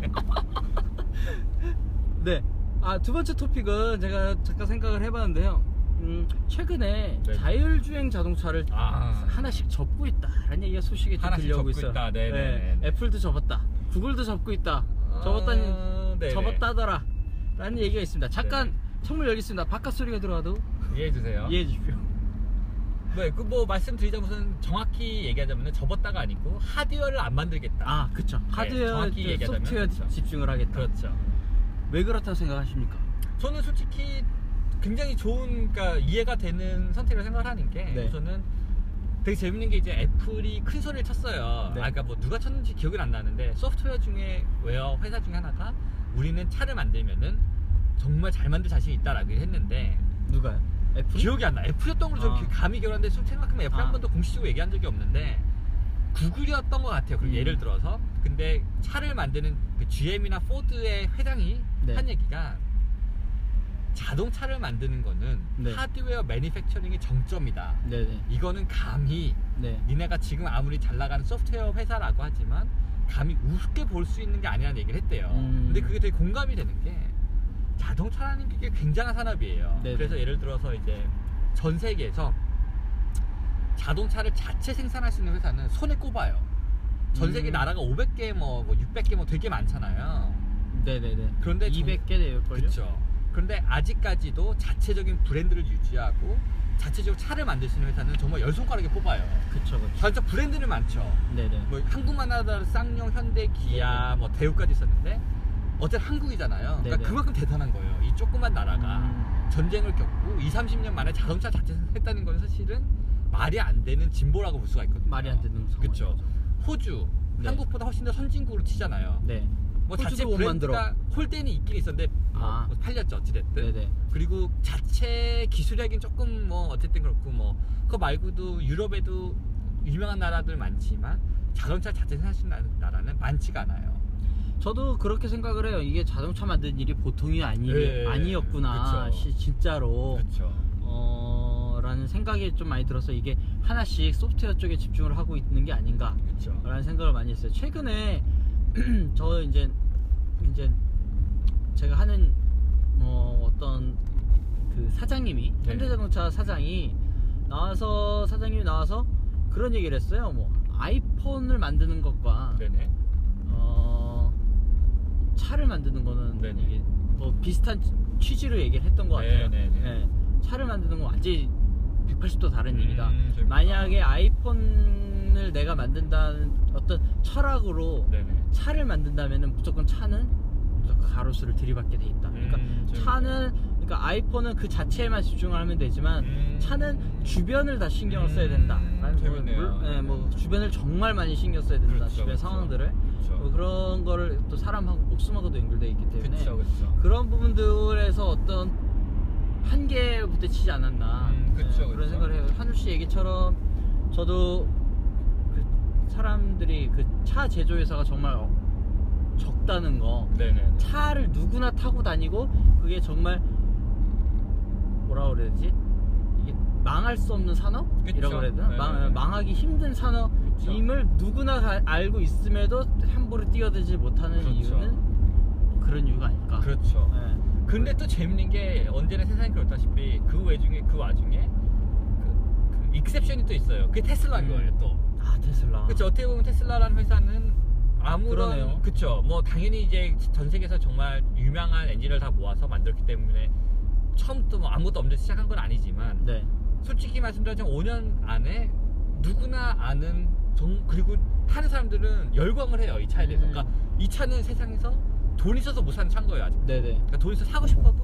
Speaker 1: 네. 아, 두 번째 토픽은 제가 잠깐 생각을 해봤는데요. 음, 최근에
Speaker 2: 네.
Speaker 1: 자율주행 자동차를
Speaker 2: 아.
Speaker 1: 하나씩 접고 있다라는 얘기가 소식이 좀
Speaker 2: 하나씩
Speaker 1: 들려오고
Speaker 2: 접고
Speaker 1: 있어요.
Speaker 2: 있다. 네, 네, 네, 네.
Speaker 1: 애플도 접었다. 구글도 접고 있다.
Speaker 2: 아,
Speaker 1: <laughs> 접었다니,
Speaker 2: 네, 네.
Speaker 1: 접었다더라라는 얘기가 있습니다. 잠깐
Speaker 2: 네,
Speaker 1: 창문 열리겠습니다. 바깥 소리가 들어와도
Speaker 2: 이해해 주세요.
Speaker 1: 이해해 주십시오.
Speaker 2: 네, 그 뭐 말씀드리자면 정확히 얘기하자면 접었다가 아니고 하드웨어를 안 만들겠다.
Speaker 1: 아, 그쵸. 하드웨어,
Speaker 2: 정확히 얘기하자면
Speaker 1: 소프트웨어
Speaker 2: 그쵸.
Speaker 1: 집중을 하겠다.
Speaker 2: 그렇죠.
Speaker 1: 왜 그렇다고 생각하십니까?
Speaker 2: 저는 솔직히 굉장히 좋은 그러니까 이해가 되는 선택을 생각하는 게
Speaker 1: 네.
Speaker 2: 우선은 되게 재밌는 게 이제 애플이 큰 소리를 쳤어요.
Speaker 1: 네.
Speaker 2: 아까 뭐 누가 쳤는지 기억이 안 나는데 소프트웨어 중에 웨어 회사 중에 하나가 우리는 차를 만들면은 정말 잘 만들 자신이 있다라고 했는데
Speaker 1: 누가요? 애플?
Speaker 2: 기억이 안 나. 애플이었던 걸좀
Speaker 1: 아.
Speaker 2: 기- 감이 결하는데 솔직히 생각하면 애플 한
Speaker 1: 아.
Speaker 2: 번도 공식적으로 얘기한 적이 없는데 구글이었던 것 같아요.
Speaker 1: 음.
Speaker 2: 그리고 예를 들어서 근데 차를 만드는 그 GM이나 포드의 회장이
Speaker 1: 네.
Speaker 2: 한 얘기가 자동차를 만드는 거는
Speaker 1: 네.
Speaker 2: 하드웨어 매니팩처링의 정점이다.
Speaker 1: 네네.
Speaker 2: 이거는 감히
Speaker 1: 네.
Speaker 2: 니네가 지금 아무리 잘 나가는 소프트웨어 회사라고 하지만 감히 우습게 볼 수 있는 게 아니라는 얘기를 했대요.
Speaker 1: 음.
Speaker 2: 근데 그게 되게 공감이 되는 게 자동차라는 게 굉장한 산업이에요.
Speaker 1: 네네.
Speaker 2: 그래서 예를 들어서 이제 전 세계에서 자동차를 자체 생산할 수 있는 회사는 손에 꼽아요. 전 세계
Speaker 1: 음.
Speaker 2: 나라가 500개 뭐, 뭐 600개 뭐 되게 많잖아요.
Speaker 1: 네네네.
Speaker 2: 그런데 전-
Speaker 1: 200개 될걸요?
Speaker 2: 그렇죠. 그런데 아직까지도 자체적인 브랜드를 유지하고 자체적으로 차를 만들 수 있는 회사는 정말 열 손가락에 뽑아요.
Speaker 1: 그쵸, 그쵸.
Speaker 2: 진짜 브랜드는 많죠.
Speaker 1: 네네.
Speaker 2: 뭐 한국만 하더라도 쌍용, 현대, 기아, 뭐 대우까지 있었는데 어쨌든 한국이잖아요.
Speaker 1: 네네.
Speaker 2: 그러니까 그만큼 대단한 거예요. 이 조그만 나라가
Speaker 1: 음.
Speaker 2: 전쟁을 겪고 2, 30년 만에 자동차 자체 생산했다는 건 사실은 말이 안 되는 진보라고 볼 수가 있거든요.
Speaker 1: 말이 안 되는 상황.
Speaker 2: 그렇죠. 호주
Speaker 1: 네.
Speaker 2: 한국보다 훨씬 더 선진국으로 치잖아요.
Speaker 1: 네.
Speaker 2: 뭐
Speaker 1: 호주도
Speaker 2: 자체
Speaker 1: 못
Speaker 2: 브랜드가 홀덴이 있긴 있었는데 뭐
Speaker 1: 아.
Speaker 2: 뭐 팔렸죠 어찌됐든
Speaker 1: 네네.
Speaker 2: 그리고 자체 기술력이 조금 뭐 어쨌든 그렇고 뭐 그거 말고도 유럽에도 유명한 나라들 많지만 자동차 자체 생산하는 나라는 많지가 않아요.
Speaker 1: 저도 그렇게 생각을 해요. 이게 자동차 만드는 일이 보통이 아니,
Speaker 2: 예,
Speaker 1: 아니었구나.
Speaker 2: 그쵸.
Speaker 1: 시- 진짜로.
Speaker 2: 그렇죠.
Speaker 1: 어, 라는 생각이 좀 많이 들어서 이게 하나씩 소프트웨어 쪽에 집중을 하고 있는 게 아닌가.
Speaker 2: 그렇죠.
Speaker 1: 라는 생각을 많이 했어요. 최근에 <clears throat> 저 이제 이제 제가 하는 뭐 어떤 그 사장님이
Speaker 2: 네.
Speaker 1: 현대자동차 사장이 나와서 사장님이 나와서 그런 얘기를 했어요. 뭐 아이폰을 만드는 것과
Speaker 2: 네네.
Speaker 1: 어, 차를 만드는 거는
Speaker 2: 네네.
Speaker 1: 이게 뭐 비슷한 취지로 얘기를 했던 것 같아요.
Speaker 2: 네네네.
Speaker 1: 예. 차를 만드는 건 완전히 180도 다른
Speaker 2: 음,
Speaker 1: 일이다.
Speaker 2: 재밌다.
Speaker 1: 만약에 아이폰을 내가 만든다는 어떤 철학으로
Speaker 2: 네네.
Speaker 1: 차를 만든다면은 무조건 차는 무조건 가로수를 들이받게 돼 있다. 그러니까
Speaker 2: 음, 재밌다.
Speaker 1: 차는 그러니까 아이폰은 그 자체에만 집중을 하면 되지만
Speaker 2: 음.
Speaker 1: 차는 주변을 다 신경을 써야
Speaker 2: 음,
Speaker 1: 된다. 라는 거.
Speaker 2: 재밌네요. 음.
Speaker 1: 물- 예, 뭐 주변을 정말 많이 신경 써야 된다.
Speaker 2: 그렇죠,
Speaker 1: 주변
Speaker 2: 그렇죠.
Speaker 1: 상황들을
Speaker 2: 그렇죠.
Speaker 1: 뭐 그런 거를 또 사람하고 목숨하고도 연결돼 있기 때문에
Speaker 2: 그렇죠. 그렇죠.
Speaker 1: 그런 부분들에서 어떤 한계에 부딪히지 않았나
Speaker 2: 음, 그쵸,
Speaker 1: 예, 그런
Speaker 2: 그쵸.
Speaker 1: 생각을 해요. 한우 씨 얘기처럼 저도 그 사람들이 그 차 제조회사가 정말 어- 적다는 거
Speaker 2: 네네.
Speaker 1: 차를 누구나 타고 다니고 그게 정말 뭐라 그래야 되지 이게 망할 수 없는
Speaker 2: 그쵸.
Speaker 1: 산업이라고 그래야 되나
Speaker 2: 네,
Speaker 1: 망,
Speaker 2: 네, 네.
Speaker 1: 망하기 힘든
Speaker 2: 그쵸.
Speaker 1: 산업임을 누구나 다 알고 있음에도 함부로 뛰어들지 못하는
Speaker 2: 그렇죠.
Speaker 1: 이유는 그런 이유가 아닐까
Speaker 2: 그렇죠.
Speaker 1: 예.
Speaker 2: 근데 또 재밌는 게 언제나 세상이 그렇다시피 그 와중에 그 와중에 그, 그 익셉션이 또 있어요. 그게 테슬라인
Speaker 1: 음.
Speaker 2: 거예요 또.
Speaker 1: 아 테슬라
Speaker 2: 그렇죠. 어떻게 보면 테슬라라는 회사는
Speaker 1: 그러네요.
Speaker 2: 아무런 그렇죠. 뭐 당연히 이제 전 세계에서 정말 유명한 엔진을 다 모아서 만들었기 때문에 처음부터 뭐 아무것도 없는데 시작한 건 아니지만
Speaker 1: 네
Speaker 2: 솔직히 말씀드리면 5년 안에 누구나 아는 정 그리고 타는 사람들은 열광을 해요 이 차에 대해서.
Speaker 1: 음.
Speaker 2: 그러니까 이 차는 세상에서 돈 있어서 못 사는 차인 거예요 아직.
Speaker 1: 네네
Speaker 2: 그러니까 돈에서 사고 싶어도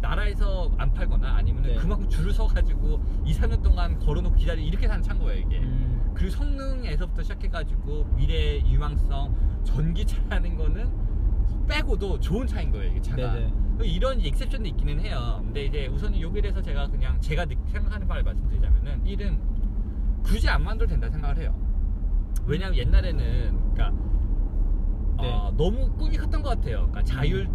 Speaker 2: 나라에서 안 팔거나 아니면
Speaker 1: 네.
Speaker 2: 그만큼 줄을 서가지고 2, 3년 동안 걸어놓고 기다리 이렇게 사는 차인 거예요 이게
Speaker 1: 음,
Speaker 2: 그리고 성능에서부터 시작해가지고 미래 유망성 전기차라는 거는 빼고도 좋은 차인 거예요 이게 차가
Speaker 1: 네네
Speaker 2: 그리고 이런 익셉션도 있기는 해요 근데 이제 우선 여기에 대해서 제가 그냥 제가 느- 생각하는 바를 말씀드리자면은 일은 굳이 안 만들어도 된다 생각을 해요 왜냐면 옛날에는 그러니까
Speaker 1: 네. 음.
Speaker 2: 어, 너무 꿈이 컸던 것 같아요. 그러니까 자율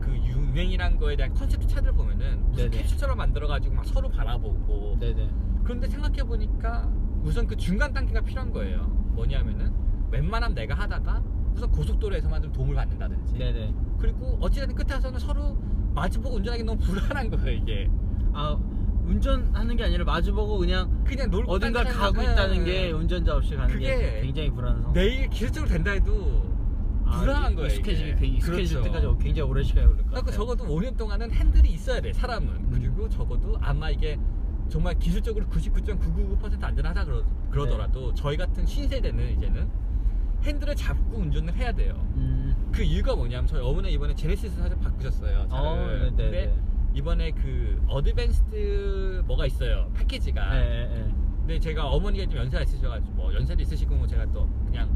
Speaker 2: 그 유행이란 거에 대한 컨셉트 차들 보면은 무슨
Speaker 1: 네네.
Speaker 2: 캡슐처럼 만들어가지고 막 서로 바라보고
Speaker 1: 네네
Speaker 2: 그런데 생각해 보니까 우선 그 중간 단계가 필요한 거예요. 뭐냐면은 웬만하면 내가 하다가 우선 고속도로에서만 좀 도움을 받는다든지
Speaker 1: 네네
Speaker 2: 그리고 어찌됐든 끝에 와서는 서로 마주보고 운전하기 너무 불안한 거예요 이게
Speaker 1: 아 운전하는 게 아니라 마주보고 그냥
Speaker 2: 그냥 놀고
Speaker 1: 어딘가
Speaker 2: 딴짓하는
Speaker 1: 가고
Speaker 2: 거는
Speaker 1: 있다는 게 운전자 없이 가는 게
Speaker 2: 그게
Speaker 1: 굉장히 불안해서
Speaker 2: 내일 기술적으로 된다 해도
Speaker 1: 아,
Speaker 2: 불안한 거예요,
Speaker 1: 익숙해지기
Speaker 2: 이게.
Speaker 1: 굉장히 익숙해질
Speaker 2: 그렇죠.
Speaker 1: 때까지 굉장히 오랜 시간이 걸릴 것
Speaker 2: 그러니까
Speaker 1: 같아요
Speaker 2: 적어도 5년 동안은 핸들이 있어야 돼 사람은
Speaker 1: 음.
Speaker 2: 그리고 적어도 아마 이게 정말 기술적으로 99.999% 안전하다 그러,
Speaker 1: 네.
Speaker 2: 그러더라도 저희 같은 신세대는 이제는 핸들을 잡고 운전을 해야 돼요
Speaker 1: 음,
Speaker 2: 그 이유가 뭐냐면 저희 어머니 이번에 제네시스 사서 바꾸셨어요 차를.
Speaker 1: 어, 네네
Speaker 2: 근데
Speaker 1: 네.
Speaker 2: 이번에 그 어드밴스드 뭐가 있어요 패키지가
Speaker 1: 네, 네.
Speaker 2: 근데 제가 어머니가 좀 연세가 있으셔가지고 뭐 연세도 있으시고 뭐 제가 또 그냥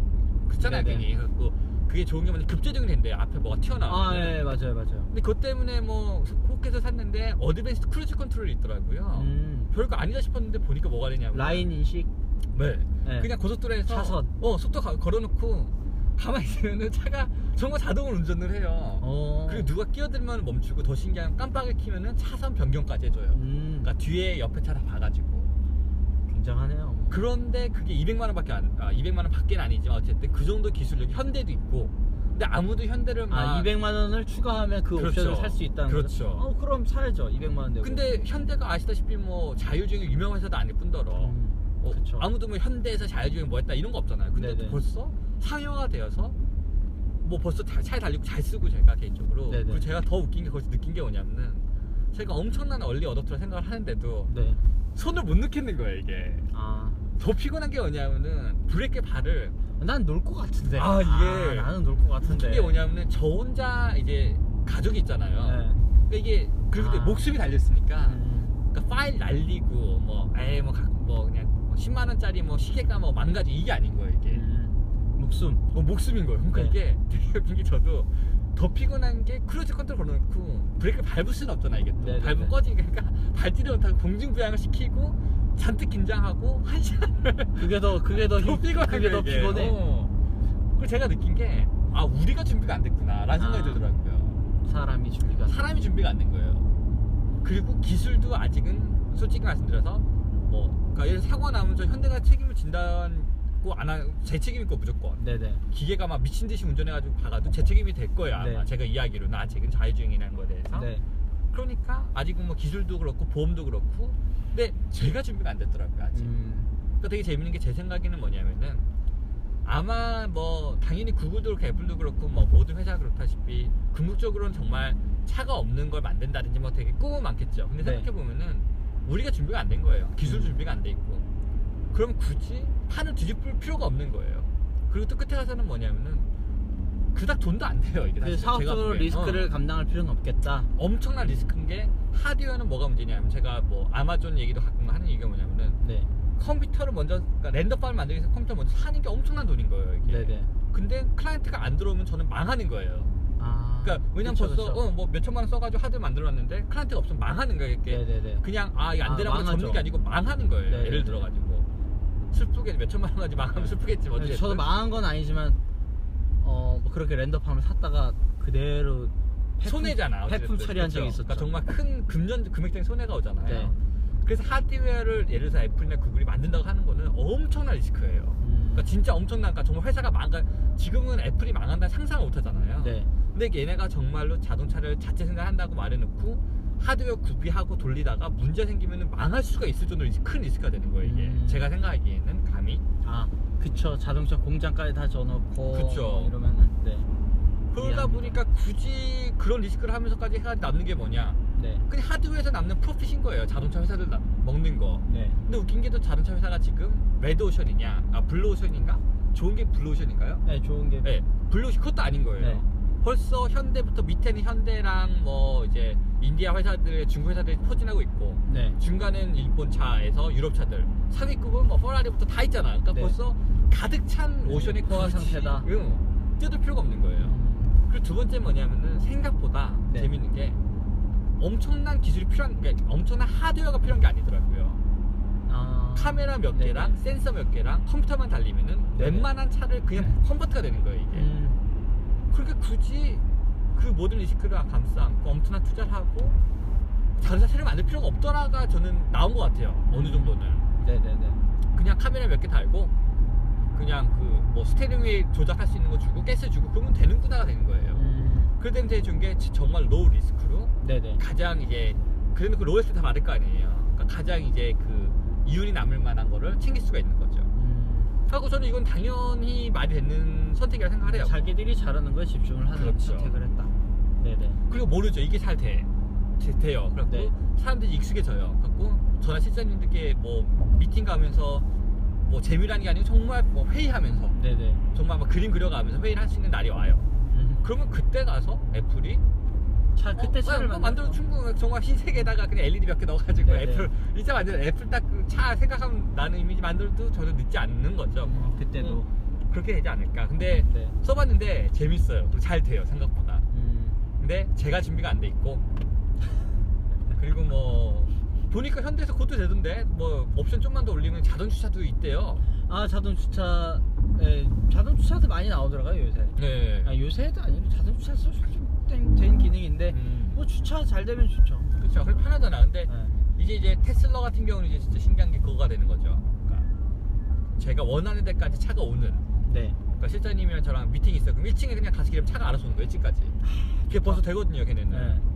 Speaker 2: 그렇잖아요
Speaker 1: 네네.
Speaker 2: 괜히 그래갖고 그게 좋은 게 뭐냐 급제적인 된대 앞에 뭐가 튀어나와
Speaker 1: 아, 예, 맞아요, 맞아요.
Speaker 2: 근데 그것 때문에 뭐 혹해서 샀는데 어드밴스드 크루즈 컨트롤이 있더라고요
Speaker 1: 음,
Speaker 2: 별거 아니다 싶었는데 보니까 뭐가 되냐면
Speaker 1: 라인 인식.
Speaker 2: 네.
Speaker 1: 네.
Speaker 2: 그냥 고속도로에서
Speaker 1: 차선.
Speaker 2: 어 속도 가- 걸어놓고 가만히 있으면은 차가 정말 자동으로 운전을 해요
Speaker 1: 어.
Speaker 2: 그리고 누가 끼어들면 멈추고 더 신기한 건 깜빡이 키면은 차선 변경까지 해줘요.
Speaker 1: 음,
Speaker 2: 그러니까 뒤에 옆에 차 다 봐가지고.
Speaker 1: 굉장하네요.
Speaker 2: 그런데 그게 200만 원밖에 안, 아, 200만 원 밖에는 아니지만 어쨌든 그 정도 기술력 현대도 있고. 근데 아무도 현대를 막.
Speaker 1: 아, 200만 원을 추가하면 그
Speaker 2: 그렇죠.
Speaker 1: 옵션을 살 수 있다는
Speaker 2: 그렇죠.
Speaker 1: 거죠. 어, 네, 그럼 사야죠. 200만 원 내고.
Speaker 2: 근데 현대가 아시다시피 뭐 자율주행 유명한 회사도 아닐 뿐더러.
Speaker 1: 음,
Speaker 2: 어,
Speaker 1: 그쵸.
Speaker 2: 아무도 뭐 현대에서 자율주행 뭐 했다 이런 거 없잖아요. 근데
Speaker 1: 네네.
Speaker 2: 벌써 상용화 되어서 뭐 벌써 다- 차에 달리고 잘 쓰고 제가 개인적으로
Speaker 1: 네네.
Speaker 2: 그리고 제가 더 웃긴 게 거기서 느낀 게 뭐냐면은 제가 엄청난 얼리 어댑터라 생각을 하는데도
Speaker 1: 네.
Speaker 2: 손을 못 느끼는 거예요 이게
Speaker 1: 아.
Speaker 2: 더 피곤한 게 뭐냐면은 브레이크 발을
Speaker 1: 난 놀 것 같은데.
Speaker 2: 아, 이게
Speaker 1: 나는 놀 것 같은데.
Speaker 2: 웃긴 게 뭐냐면은 저 혼자 이제 가족이 있잖아요
Speaker 1: 네. 네.
Speaker 2: 근데 이게 그리고
Speaker 1: 아.
Speaker 2: 목숨이 달렸으니까
Speaker 1: 음,
Speaker 2: 그러니까 파일 날리고 뭐 에이 뭐, 가- 뭐 그냥 뭐 10만 원짜리 뭐 시계가 뭐 망가지 이게 아닌 거예요 이게
Speaker 1: 음. 목숨.
Speaker 2: 어, 목숨인 거예요. 그러니까
Speaker 1: 네.
Speaker 2: 이게 되게 웃긴 게 저도 더 피곤한 게 크루즈 컨트롤 걸어놓고 브레이크를 밟을 수는 없잖아 이게 또
Speaker 1: 네, 네,
Speaker 2: 밟으면
Speaker 1: 네.
Speaker 2: 꺼지니까 <laughs> 그러니까 발뒤를 못하고 공중부양을 시키고 잔뜩 긴장하고 <laughs> 한 시간을
Speaker 1: 그게 더 그게 더 힘,
Speaker 2: 더 피곤한
Speaker 1: 그게 더
Speaker 2: 거예요,
Speaker 1: 피곤해.
Speaker 2: 어. 그리고 제가 느낀 게 아 우리가 준비가 안 됐구나라는 생각이
Speaker 1: 아.
Speaker 2: 들더라고요.
Speaker 1: 사람이 준비가.
Speaker 2: 사람이 준비가 안 된 거예요. 그리고 기술도 아직은 솔직히 말씀드려서 뭐 그러니까 예를 들어 사고가 나면 저 현대가 책임을 진다고 안제 책임이고 무조건.
Speaker 1: 네네.
Speaker 2: 기계가 막 미친 듯이 운전해가지고 박아도 제 책임이 될 거야 아마
Speaker 1: 네.
Speaker 2: 제가 이야기로 나 지금 자율주행이라는 거에 대해서
Speaker 1: 네.
Speaker 2: 그러니까 아직은 뭐 기술도 그렇고 보험도 그렇고 근데 제가 준비가 안 됐더라고요 아직
Speaker 1: 음.
Speaker 2: 그러니까 되게 재밌는 게 제 생각에는 뭐냐면은 아마 뭐 당연히 구글도 그렇고 애플도 그렇고 뭐 모든 회사 그렇다시피 궁극적으로는 정말 차가 없는 걸 만든다든지 뭐 되게 꿈은 많겠죠 근데
Speaker 1: 네.
Speaker 2: 생각해보면은 우리가 준비가 안 된 거예요 기술
Speaker 1: 음.
Speaker 2: 준비가 안 돼 있고 그럼 굳이 판을 뒤집을 필요가 없는 거예요 그리고 또 끝에 가서는 뭐냐면은 그닥 돈도 안 돼요 이게
Speaker 1: 그
Speaker 2: 사실
Speaker 1: 사업적으로
Speaker 2: 어.
Speaker 1: 리스크를 감당할 필요는 없겠다.
Speaker 2: 엄청난 리스크인 게 하드웨어는 뭐가 문제냐면 제가 뭐 아마존 얘기도 가끔 하는 얘기가 뭐냐면은
Speaker 1: 네.
Speaker 2: 컴퓨터를 먼저 그러니까 랜더 파일 만들기 위해서 컴퓨터 먼저 사는 게 엄청난 돈인 거예요 이게.
Speaker 1: 네네.
Speaker 2: 근데 클라이언트가 안 들어오면 저는 망하는 거예요.
Speaker 1: 아.
Speaker 2: 그러니까 왜냐면
Speaker 1: 그쵸,
Speaker 2: 벌써
Speaker 1: 그쵸.
Speaker 2: 어, 뭐 몇천만 원 써가지고 하드 만들어놨는데 클라이언트가 없으면 망하는 거예요 이게.
Speaker 1: 네네네.
Speaker 2: 그냥 아 이거 안
Speaker 1: 아,
Speaker 2: 되라고 해서 접는
Speaker 1: 망하죠.
Speaker 2: 게 아니고 망하는 거예요.
Speaker 1: 네네네. 네.
Speaker 2: 예를 들어가지고 뭐. 슬프게 몇천만 원 가지고 망하면 슬프겠지 어찌
Speaker 1: 저도 망한 건 아니지만 어뭐 그렇게 랜더팜을 샀다가 그대로 폐품-
Speaker 2: 손해잖아. 어찌됐든.
Speaker 1: 폐품 처리한 적이
Speaker 2: 그쵸?
Speaker 1: 있었죠.
Speaker 2: 그러니까 정말 큰 금전 금액적인 손해가 오잖아요.
Speaker 1: 네.
Speaker 2: 그래서 하드웨어를 예를 들어 서 애플이나 구글이 만든다고 하는 거는 엄청난 리스크예요.
Speaker 1: 음,
Speaker 2: 그러니까 진짜 엄청난 그러니까 정말 회사가 망가 지금은 애플이 망한다 상상을 못 하잖아요.
Speaker 1: 네.
Speaker 2: 근데 얘네가 정말로 자동차를 자체 생산한다고 말해놓고 하드웨어 구비하고 돌리다가 문제 생기면 망할 수가 있을 정도로 이제 큰 리스크가 되는 거예요 이게
Speaker 1: 음.
Speaker 2: 제가 생각하기에는 감히
Speaker 1: 아 그쵸. 자동차 공장까지 다 져놓고
Speaker 2: 그쵸.
Speaker 1: 뭐 이러면은 네.
Speaker 2: 그러다
Speaker 1: 이해합니다.
Speaker 2: 보니까 굳이 그런 리스크를 하면서까지 해가 남는 게 뭐냐
Speaker 1: 네.
Speaker 2: 그냥 하드웨어에서 남는 프로핏인 거예요 자동차 회사들 나- 먹는 거
Speaker 1: 네.
Speaker 2: 근데 웃긴 게 또 자동차 회사가 지금 레드오션이냐 아 블루오션인가 좋은 게 블루오션인가요?
Speaker 1: 네. 좋은 게.
Speaker 2: 네, 블루시 그것도 아닌 거예요.
Speaker 1: 네.
Speaker 2: 벌써 현대부터 밑에는 현대랑 뭐 이제 인디아 회사들, 중국 회사들이 포진하고 있고
Speaker 1: 네.
Speaker 2: 중간은 일본 차에서 유럽 차들, 상위급은 뭐 페라리부터 다 있잖아. 그러니까
Speaker 1: 네.
Speaker 2: 벌써 가득 찬 오션의
Speaker 1: 고아
Speaker 2: 굳이,
Speaker 1: 상태다.
Speaker 2: 응, 뜯을 필요가 없는 거예요.
Speaker 1: 음,
Speaker 2: 그리고 두 번째 뭐냐면은 생각보다
Speaker 1: 네.
Speaker 2: 재밌는 게 엄청난 기술이 필요한 게 엄청난 하드웨어가 필요한 게 아니더라고요.
Speaker 1: 아.
Speaker 2: 카메라 몇
Speaker 1: 네네.
Speaker 2: 개랑 센서 몇 개랑 컴퓨터만 달리면은
Speaker 1: 네네.
Speaker 2: 웬만한 차를 그냥
Speaker 1: 네.
Speaker 2: 컨버트가 되는 거예요 이게.
Speaker 1: 음,
Speaker 2: 그러니까 굳이 그 모든 리스크를 감싸 안고 엄청난 투자를 하고 자동차 새로 만들 필요가 없더라가 저는 나온 것 같아요 어느 정도는
Speaker 1: 네네네.
Speaker 2: 그냥 카메라 몇 개 달고 그냥 그 뭐 스테링 휠 조작할 수 있는 거 주고 가스 주고 그러면 되는구나가 되는 거예요
Speaker 1: 음,
Speaker 2: 그래서 이제 준게 정말 로우 리스크로
Speaker 1: 네네.
Speaker 2: 가장 이제 그래도 그 로에스트 다 맞을 거 아니에요 그러니까 가장 이제 그 이윤이 남을 만한 거를 챙길 수가 있는 거죠
Speaker 1: 음,
Speaker 2: 하고 저는 이건 당연히 말이 되는 선택이라 생각을 해요
Speaker 1: 자기들이 잘하는 거에 집중을 하는
Speaker 2: 그렇죠.
Speaker 1: 선택을 했다. 네네.
Speaker 2: 그리고 모르죠 이게 잘 돼. 제- 돼요. 그래갖고
Speaker 1: 네.
Speaker 2: 사람들이 익숙해져요. 그래갖고 저나 실장님들께 뭐 미팅 가면서 뭐 재미라는 게 아니고 정말 뭐 회의하면서
Speaker 1: 네네.
Speaker 2: 정말 막 그림 그려가면서 회의를 할 수 있는 날이 와요.
Speaker 1: 음,
Speaker 2: 그러면 그때 가서 애플이
Speaker 1: 차 아, 그때
Speaker 2: 어,
Speaker 1: 차를
Speaker 2: 그냥 뭐 만들어
Speaker 1: 만들었죠.
Speaker 2: 충분 정말 흰색에다가 그냥 LED 몇 개 넣어가지고
Speaker 1: 네,
Speaker 2: 애플 이제 완전 애플 딱 그 차 생각하면 나는 이미지 만들어도 저는 늦지 않는 거죠. 뭐.
Speaker 1: 음, 그때도.
Speaker 2: 그렇게 되지 않을까. 근데
Speaker 1: 네.
Speaker 2: 써봤는데 재밌어요. 그리고 잘 돼요 생각보다.
Speaker 1: 음,
Speaker 2: 근데 제가 준비가 안 돼 있고 <laughs> 그리고 뭐 보니까 현대에서 그것도 되던데 뭐 옵션 좀만 더 올리면 자동 주차도 있대요.
Speaker 1: 아 자동 주차, 예, 자동 주차도 많이 나오더라고요 요새.
Speaker 2: 네.
Speaker 1: 아, 요새도 아니고 자동 주차 소속된 된 기능인데
Speaker 2: 음.
Speaker 1: 뭐 주차 잘 되면 좋죠.
Speaker 2: 그렇죠. 그래 편하잖아. 근데
Speaker 1: 네.
Speaker 2: 이제 이제 테슬라 같은 경우는 이제 진짜 신기한 게 그거가 되는 거죠. 그러니까 제가 원하는 데까지 차가 오는.
Speaker 1: 네.
Speaker 2: 그러니까 실장님이랑 저랑 미팅 이 있어요. 그럼 1층에 그냥 가서 기름 차가 알아서 오는 거예요. 1층까지. 그게 벌써 되거든요. 걔네는. 아,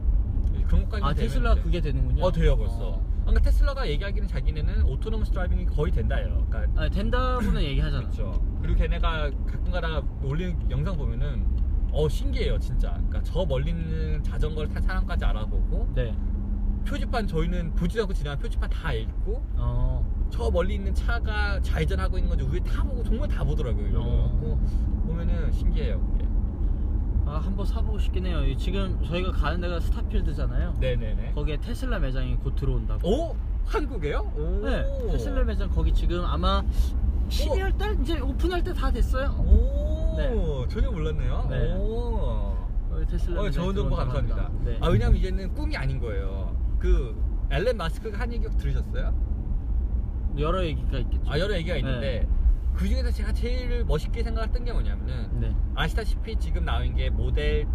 Speaker 2: 그런 것까지
Speaker 1: 아
Speaker 2: 되면
Speaker 1: 테슬라
Speaker 2: 이제-
Speaker 1: 그게 되는군요.
Speaker 2: 어 돼요 벌써.
Speaker 1: 어.
Speaker 2: 그러니까 테슬라가 얘기하기는 자기네는 오토노머스 드라이빙이 거의 된다요. 그러니까
Speaker 1: 아, 된다고는 얘기하잖아.
Speaker 2: 그렇죠. 그리고 걔네가 가끔가다가 올리는 영상 보면은 어 신기해요 진짜. 그러니까 저 멀리 있는 자전거를 탄 사람까지 알아보고
Speaker 1: 네.
Speaker 2: 표지판 저희는 보지도 않고 지나간 표지판 다 읽고
Speaker 1: 어.
Speaker 2: 저 멀리 있는 차가 좌회전하고 있는 건지 우회 다 보고 정말 다 보더라고요. 이런
Speaker 1: 어.
Speaker 2: 거. 그래갖고 보면은 신기해요. 그게.
Speaker 1: 아 한번 사보고 싶긴 해요. 이 지금 저희가 가는 데가 스타필드잖아요.
Speaker 2: 네네네.
Speaker 1: 거기에 테슬라 매장이 곧 들어온다고.
Speaker 2: 오 한국에요? 오.
Speaker 1: 네. 테슬라 매장 거기 지금 아마 12월 달 이제 오픈할 때 다 됐어요.
Speaker 2: 오.
Speaker 1: 네.
Speaker 2: 전혀 몰랐네요.
Speaker 1: 네.
Speaker 2: 오.
Speaker 1: 어, 테슬라.
Speaker 2: 어, 좋은 정보 감사합니다.
Speaker 1: 네.
Speaker 2: 아, 왜냐면 이제는 꿈이 아닌 거예요. 그 앨런 마스크가 한 얘기 들으셨어요?
Speaker 1: 여러 얘기가 있겠죠.
Speaker 2: 아, 여러 얘기가 있는데 그 중에서 제가 제일 멋있게 생각했던 게 뭐냐면은
Speaker 1: 네.
Speaker 2: 아시다시피 지금 나온 게 모델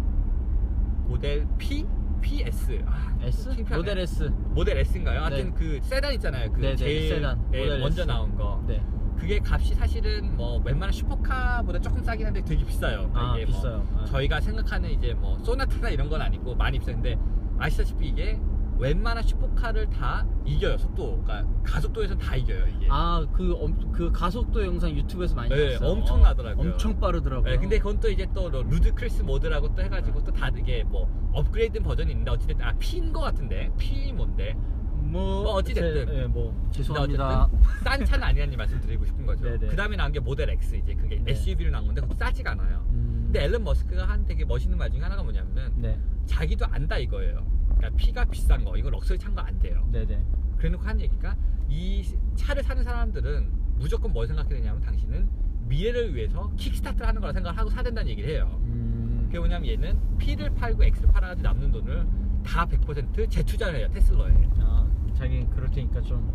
Speaker 2: 모델 P PS 아,
Speaker 1: S?
Speaker 2: 창피하네.
Speaker 1: 모델 S.
Speaker 2: 모델 S인가요? 하여튼
Speaker 1: 네.
Speaker 2: 그 세단 있잖아요. 그
Speaker 1: 네네,
Speaker 2: 제일
Speaker 1: 세단.
Speaker 2: 예,
Speaker 1: 모델
Speaker 2: 먼저
Speaker 1: S.
Speaker 2: 나온 거.
Speaker 1: 네.
Speaker 2: 그게 값이 사실은 뭐 웬만한 슈퍼카보다 조금 싸긴 한데 되게 비싸요.
Speaker 1: 아,
Speaker 2: 이게 뭐
Speaker 1: 비싸요. 아.
Speaker 2: 저희가 생각하는 이제 뭐 소나타나 이런 건 아니고 많이 비싼데 아시다시피 이게 웬만한 슈퍼카를 다 이겨요. 속도가 가속도에서 다 이겨요 이게.
Speaker 1: 아, 그, 엄, 그 가속도 영상 유튜브에서 많이
Speaker 2: 네,
Speaker 1: 봤어요.
Speaker 2: 엄청나더라고요.
Speaker 1: 엄청 빠르더라고요.
Speaker 2: 네, 근데 그건 또 이제 또 루드 크리스 모드라고 또 해가지고 또 다르게 뭐 업그레이드된 버전이 있는데 어찌됐든 아 P인 것 같은데 P 뭔데?
Speaker 1: 뭐,
Speaker 2: 뭐 어찌됐든.
Speaker 1: 제- 예, 뭐,
Speaker 2: 근데
Speaker 1: 죄송합니다.
Speaker 2: 어쨌든 싼 차는 아니라는 말씀드리고 싶은 거죠.
Speaker 1: 네네.
Speaker 2: 그 다음에 나온 게 모델 X 이제 그게
Speaker 1: 네.
Speaker 2: SUV로 나온 건데 그것도 싸지가 않아요.
Speaker 1: 음,
Speaker 2: 근데 앨런 머스크가 한 되게 멋있는 말 중에 하나가 뭐냐면은
Speaker 1: 네.
Speaker 2: 자기도 안다 이거예요. 그러니까 피가 비싼 거, 이거 럭셔리 찬 거 안 돼요.
Speaker 1: 네네.
Speaker 2: 그래놓고 한 얘기가 이 차를 사는 사람들은 무조건 뭘 생각해야 되냐면 당신은 미래를 위해서 킥스타트를 하는 거라 생각을 하고 사야 된다는 얘기를 해요.
Speaker 1: 음,
Speaker 2: 그게 뭐냐면 얘는 P를 팔고 X를 팔아가지고 남는 돈을 다 100% 재투자를 해요 테슬러에.
Speaker 1: 아, 자기 그럴 테니까 좀,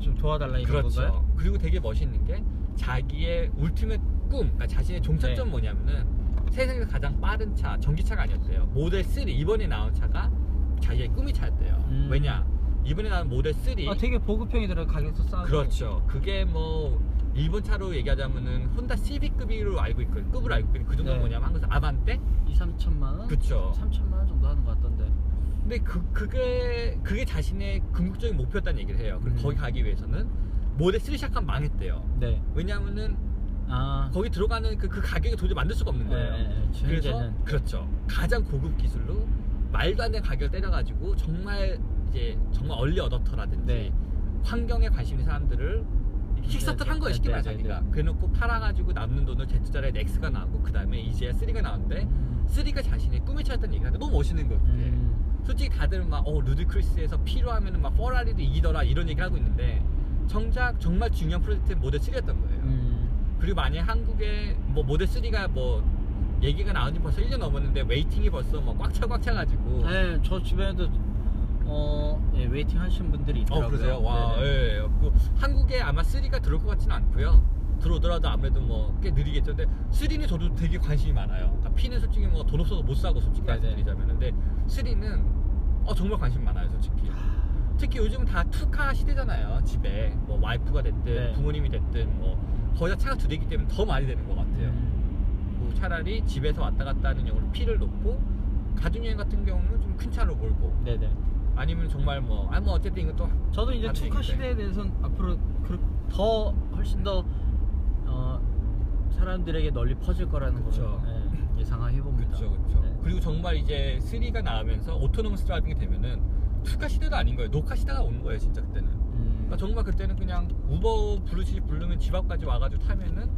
Speaker 1: 좀 도와달라 아, 이런 건가요?
Speaker 2: 그렇죠. 그리고 되게 멋있는 게 자기의 울티밋 꿈, 그러니까 자신의 종착점
Speaker 1: 네.
Speaker 2: 뭐냐면은 세상에서 가장 빠른 차, 전기차가 아니었대요. 모델 3 이번에 나온 차가 자기의 꿈이 차였대요.
Speaker 1: 음.
Speaker 2: 왜냐? 이번에 나온 모델 3
Speaker 1: 아, 되게 보급형이더라 가격도 싸고.
Speaker 2: 그렇죠. 그게 뭐 일본 차로 얘기하자면은 혼다 시비급으로 알고 있거든. 급으로 알고 있거든. 그
Speaker 1: 네.
Speaker 2: 정도
Speaker 1: 어?
Speaker 2: 는 뭐냐면 한국에서 아반떼.
Speaker 1: 2, 3천만 원?
Speaker 2: 그렇죠.
Speaker 1: 3천만 원 정도 하는 것 같던데.
Speaker 2: 근데 그, 그게, 그게 자신의 궁극적인 목표였다는 얘기를 해요. 그리고
Speaker 1: 음.
Speaker 2: 거기 가기 위해서는 모델 3 시작하면 망했대요.
Speaker 1: 네.
Speaker 2: 왜냐면은
Speaker 1: 아,
Speaker 2: 거기 들어가는 그, 그 가격에 도저히 만들 수가 없는 거예요.
Speaker 1: 예, 예, 예. 지금
Speaker 2: 그래서
Speaker 1: 현재는.
Speaker 2: 그렇죠. 가장 고급 기술로 말도 안 되는 가격을 때려가지고 정말 이제 정말 얼리 어댑터라든지
Speaker 1: 네.
Speaker 2: 환경에 관심 있는 사람들을 킥스타트 한 거예요
Speaker 1: 네,
Speaker 2: 쉽게
Speaker 1: 네,
Speaker 2: 말해서
Speaker 1: 네,
Speaker 2: 자기가
Speaker 1: 네.
Speaker 2: 그래놓고 팔아가지고 남는 돈을 재투자를 해서 X가 나오고 그 다음에 이제 3가
Speaker 1: 네.
Speaker 2: 나오는데 3가 자신의 꿈에 차였던 얘기가 너무 멋있는 거예요 그게.
Speaker 1: 음,
Speaker 2: 솔직히 다들 막어 루드크리스에서 필요하면은 막 퍼라리도 이기더라 이런 얘기를 하고 있는데 정작 정말 중요한 프로젝트 모델 3였던 거예요
Speaker 1: 음,
Speaker 2: 그리고 만약 한국에 뭐 모델 3가 뭐 얘기가 나온 지 벌써 1년 넘었는데 웨이팅이 벌써 뭐 꽉 차 꽉 차 가지고
Speaker 1: 네, 저 주변에도 어, 예, 웨이팅 하시는 분들이 있더라고요.
Speaker 2: 어 그러세요? 와,
Speaker 1: 네네.
Speaker 2: 예. 그 한국에 아마 3가 들어올 것 같지는 않고요. 들어오더라도 아무래도 뭐 꽤 느리겠죠. 근데 3는 저도 되게 관심이 많아요. 그러니까 P는 솔직히 뭐 돈 없어서 못 사고 솔직히
Speaker 1: 네네.
Speaker 2: 말씀드리자면 근데 3는 어 정말 관심 많아요, 솔직히. 특히 요즘은 다 투카 시대잖아요. 집에 뭐 와이프가 됐든
Speaker 1: 네.
Speaker 2: 부모님이 됐든 뭐 거의 다 차가 두 대기 때문에 더 많이 되는 것 같아요.
Speaker 1: 음,
Speaker 2: 뭐 차라리 집에서 왔다 갔다 하는 용으로 피를 놓고 가족여행 같은 경우는 좀 큰 차로 몰고
Speaker 1: 네네.
Speaker 2: 아니면 정말 뭐 아니 뭐 어쨌든 이건 또
Speaker 1: 저도 이제
Speaker 2: 다른
Speaker 1: 투카
Speaker 2: 얘기인데.
Speaker 1: 시대에 대해서는 앞으로 그렇- 더 훨씬 더 어, 사람들에게 널리 퍼질 거라는
Speaker 2: 그쵸.
Speaker 1: 걸 예, 예상해 봅니다.
Speaker 2: 그렇죠 그렇죠 그리고 정말 이제 3가 나오면서 오토노머스 드라이빙이 되면은 투카 시대도 아닌 거예요 노카 시대가 오는 거예요 진짜 그때는
Speaker 1: 음.
Speaker 2: 그러니까 정말 그때는 그냥 우버 부르시 부르면 집 앞까지 와가지고 타면은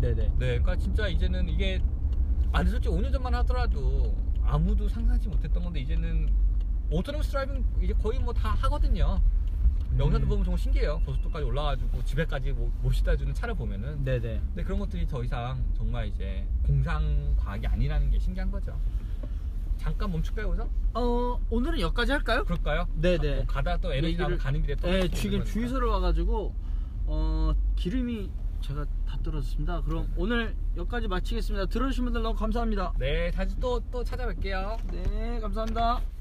Speaker 1: 네네.
Speaker 2: 네 그러니까 진짜 이제는 이게 아니 솔직히 5년 전만 하더라도 아무도 상상치 못했던 건데 이제는 오토노머스 드라이빙 이제 거의 뭐 다 하거든요
Speaker 1: 음.
Speaker 2: 영상도 보면 정말 신기해요. 고속도까지 올라가지고 집에까지 모- 모시다 주는 차를 보면은.
Speaker 1: 네네.
Speaker 2: 근데 그런 것들이 더 이상 정말 이제 공상 과학이 아니라는 게 신기한 거죠. 잠깐 멈출까요, 여기서?
Speaker 1: 어 오늘은 여기까지 할까요?
Speaker 2: 그럴까요?
Speaker 1: 네네.
Speaker 2: 가- 뭐 가다 또 에너지 나면
Speaker 1: 얘기를-
Speaker 2: 가는 길에 또.
Speaker 1: 네,
Speaker 2: 멈추는
Speaker 1: 지금
Speaker 2: 거니까.
Speaker 1: 주유소를 와가지고 어, 기름이 제가 다 떨어졌습니다. 그럼
Speaker 2: 네네.
Speaker 1: 오늘 여기까지 마치겠습니다. 들어주신 분들 너무 감사합니다.
Speaker 2: 네, 다시 또 또 찾아뵐게요.
Speaker 1: 네, 감사합니다.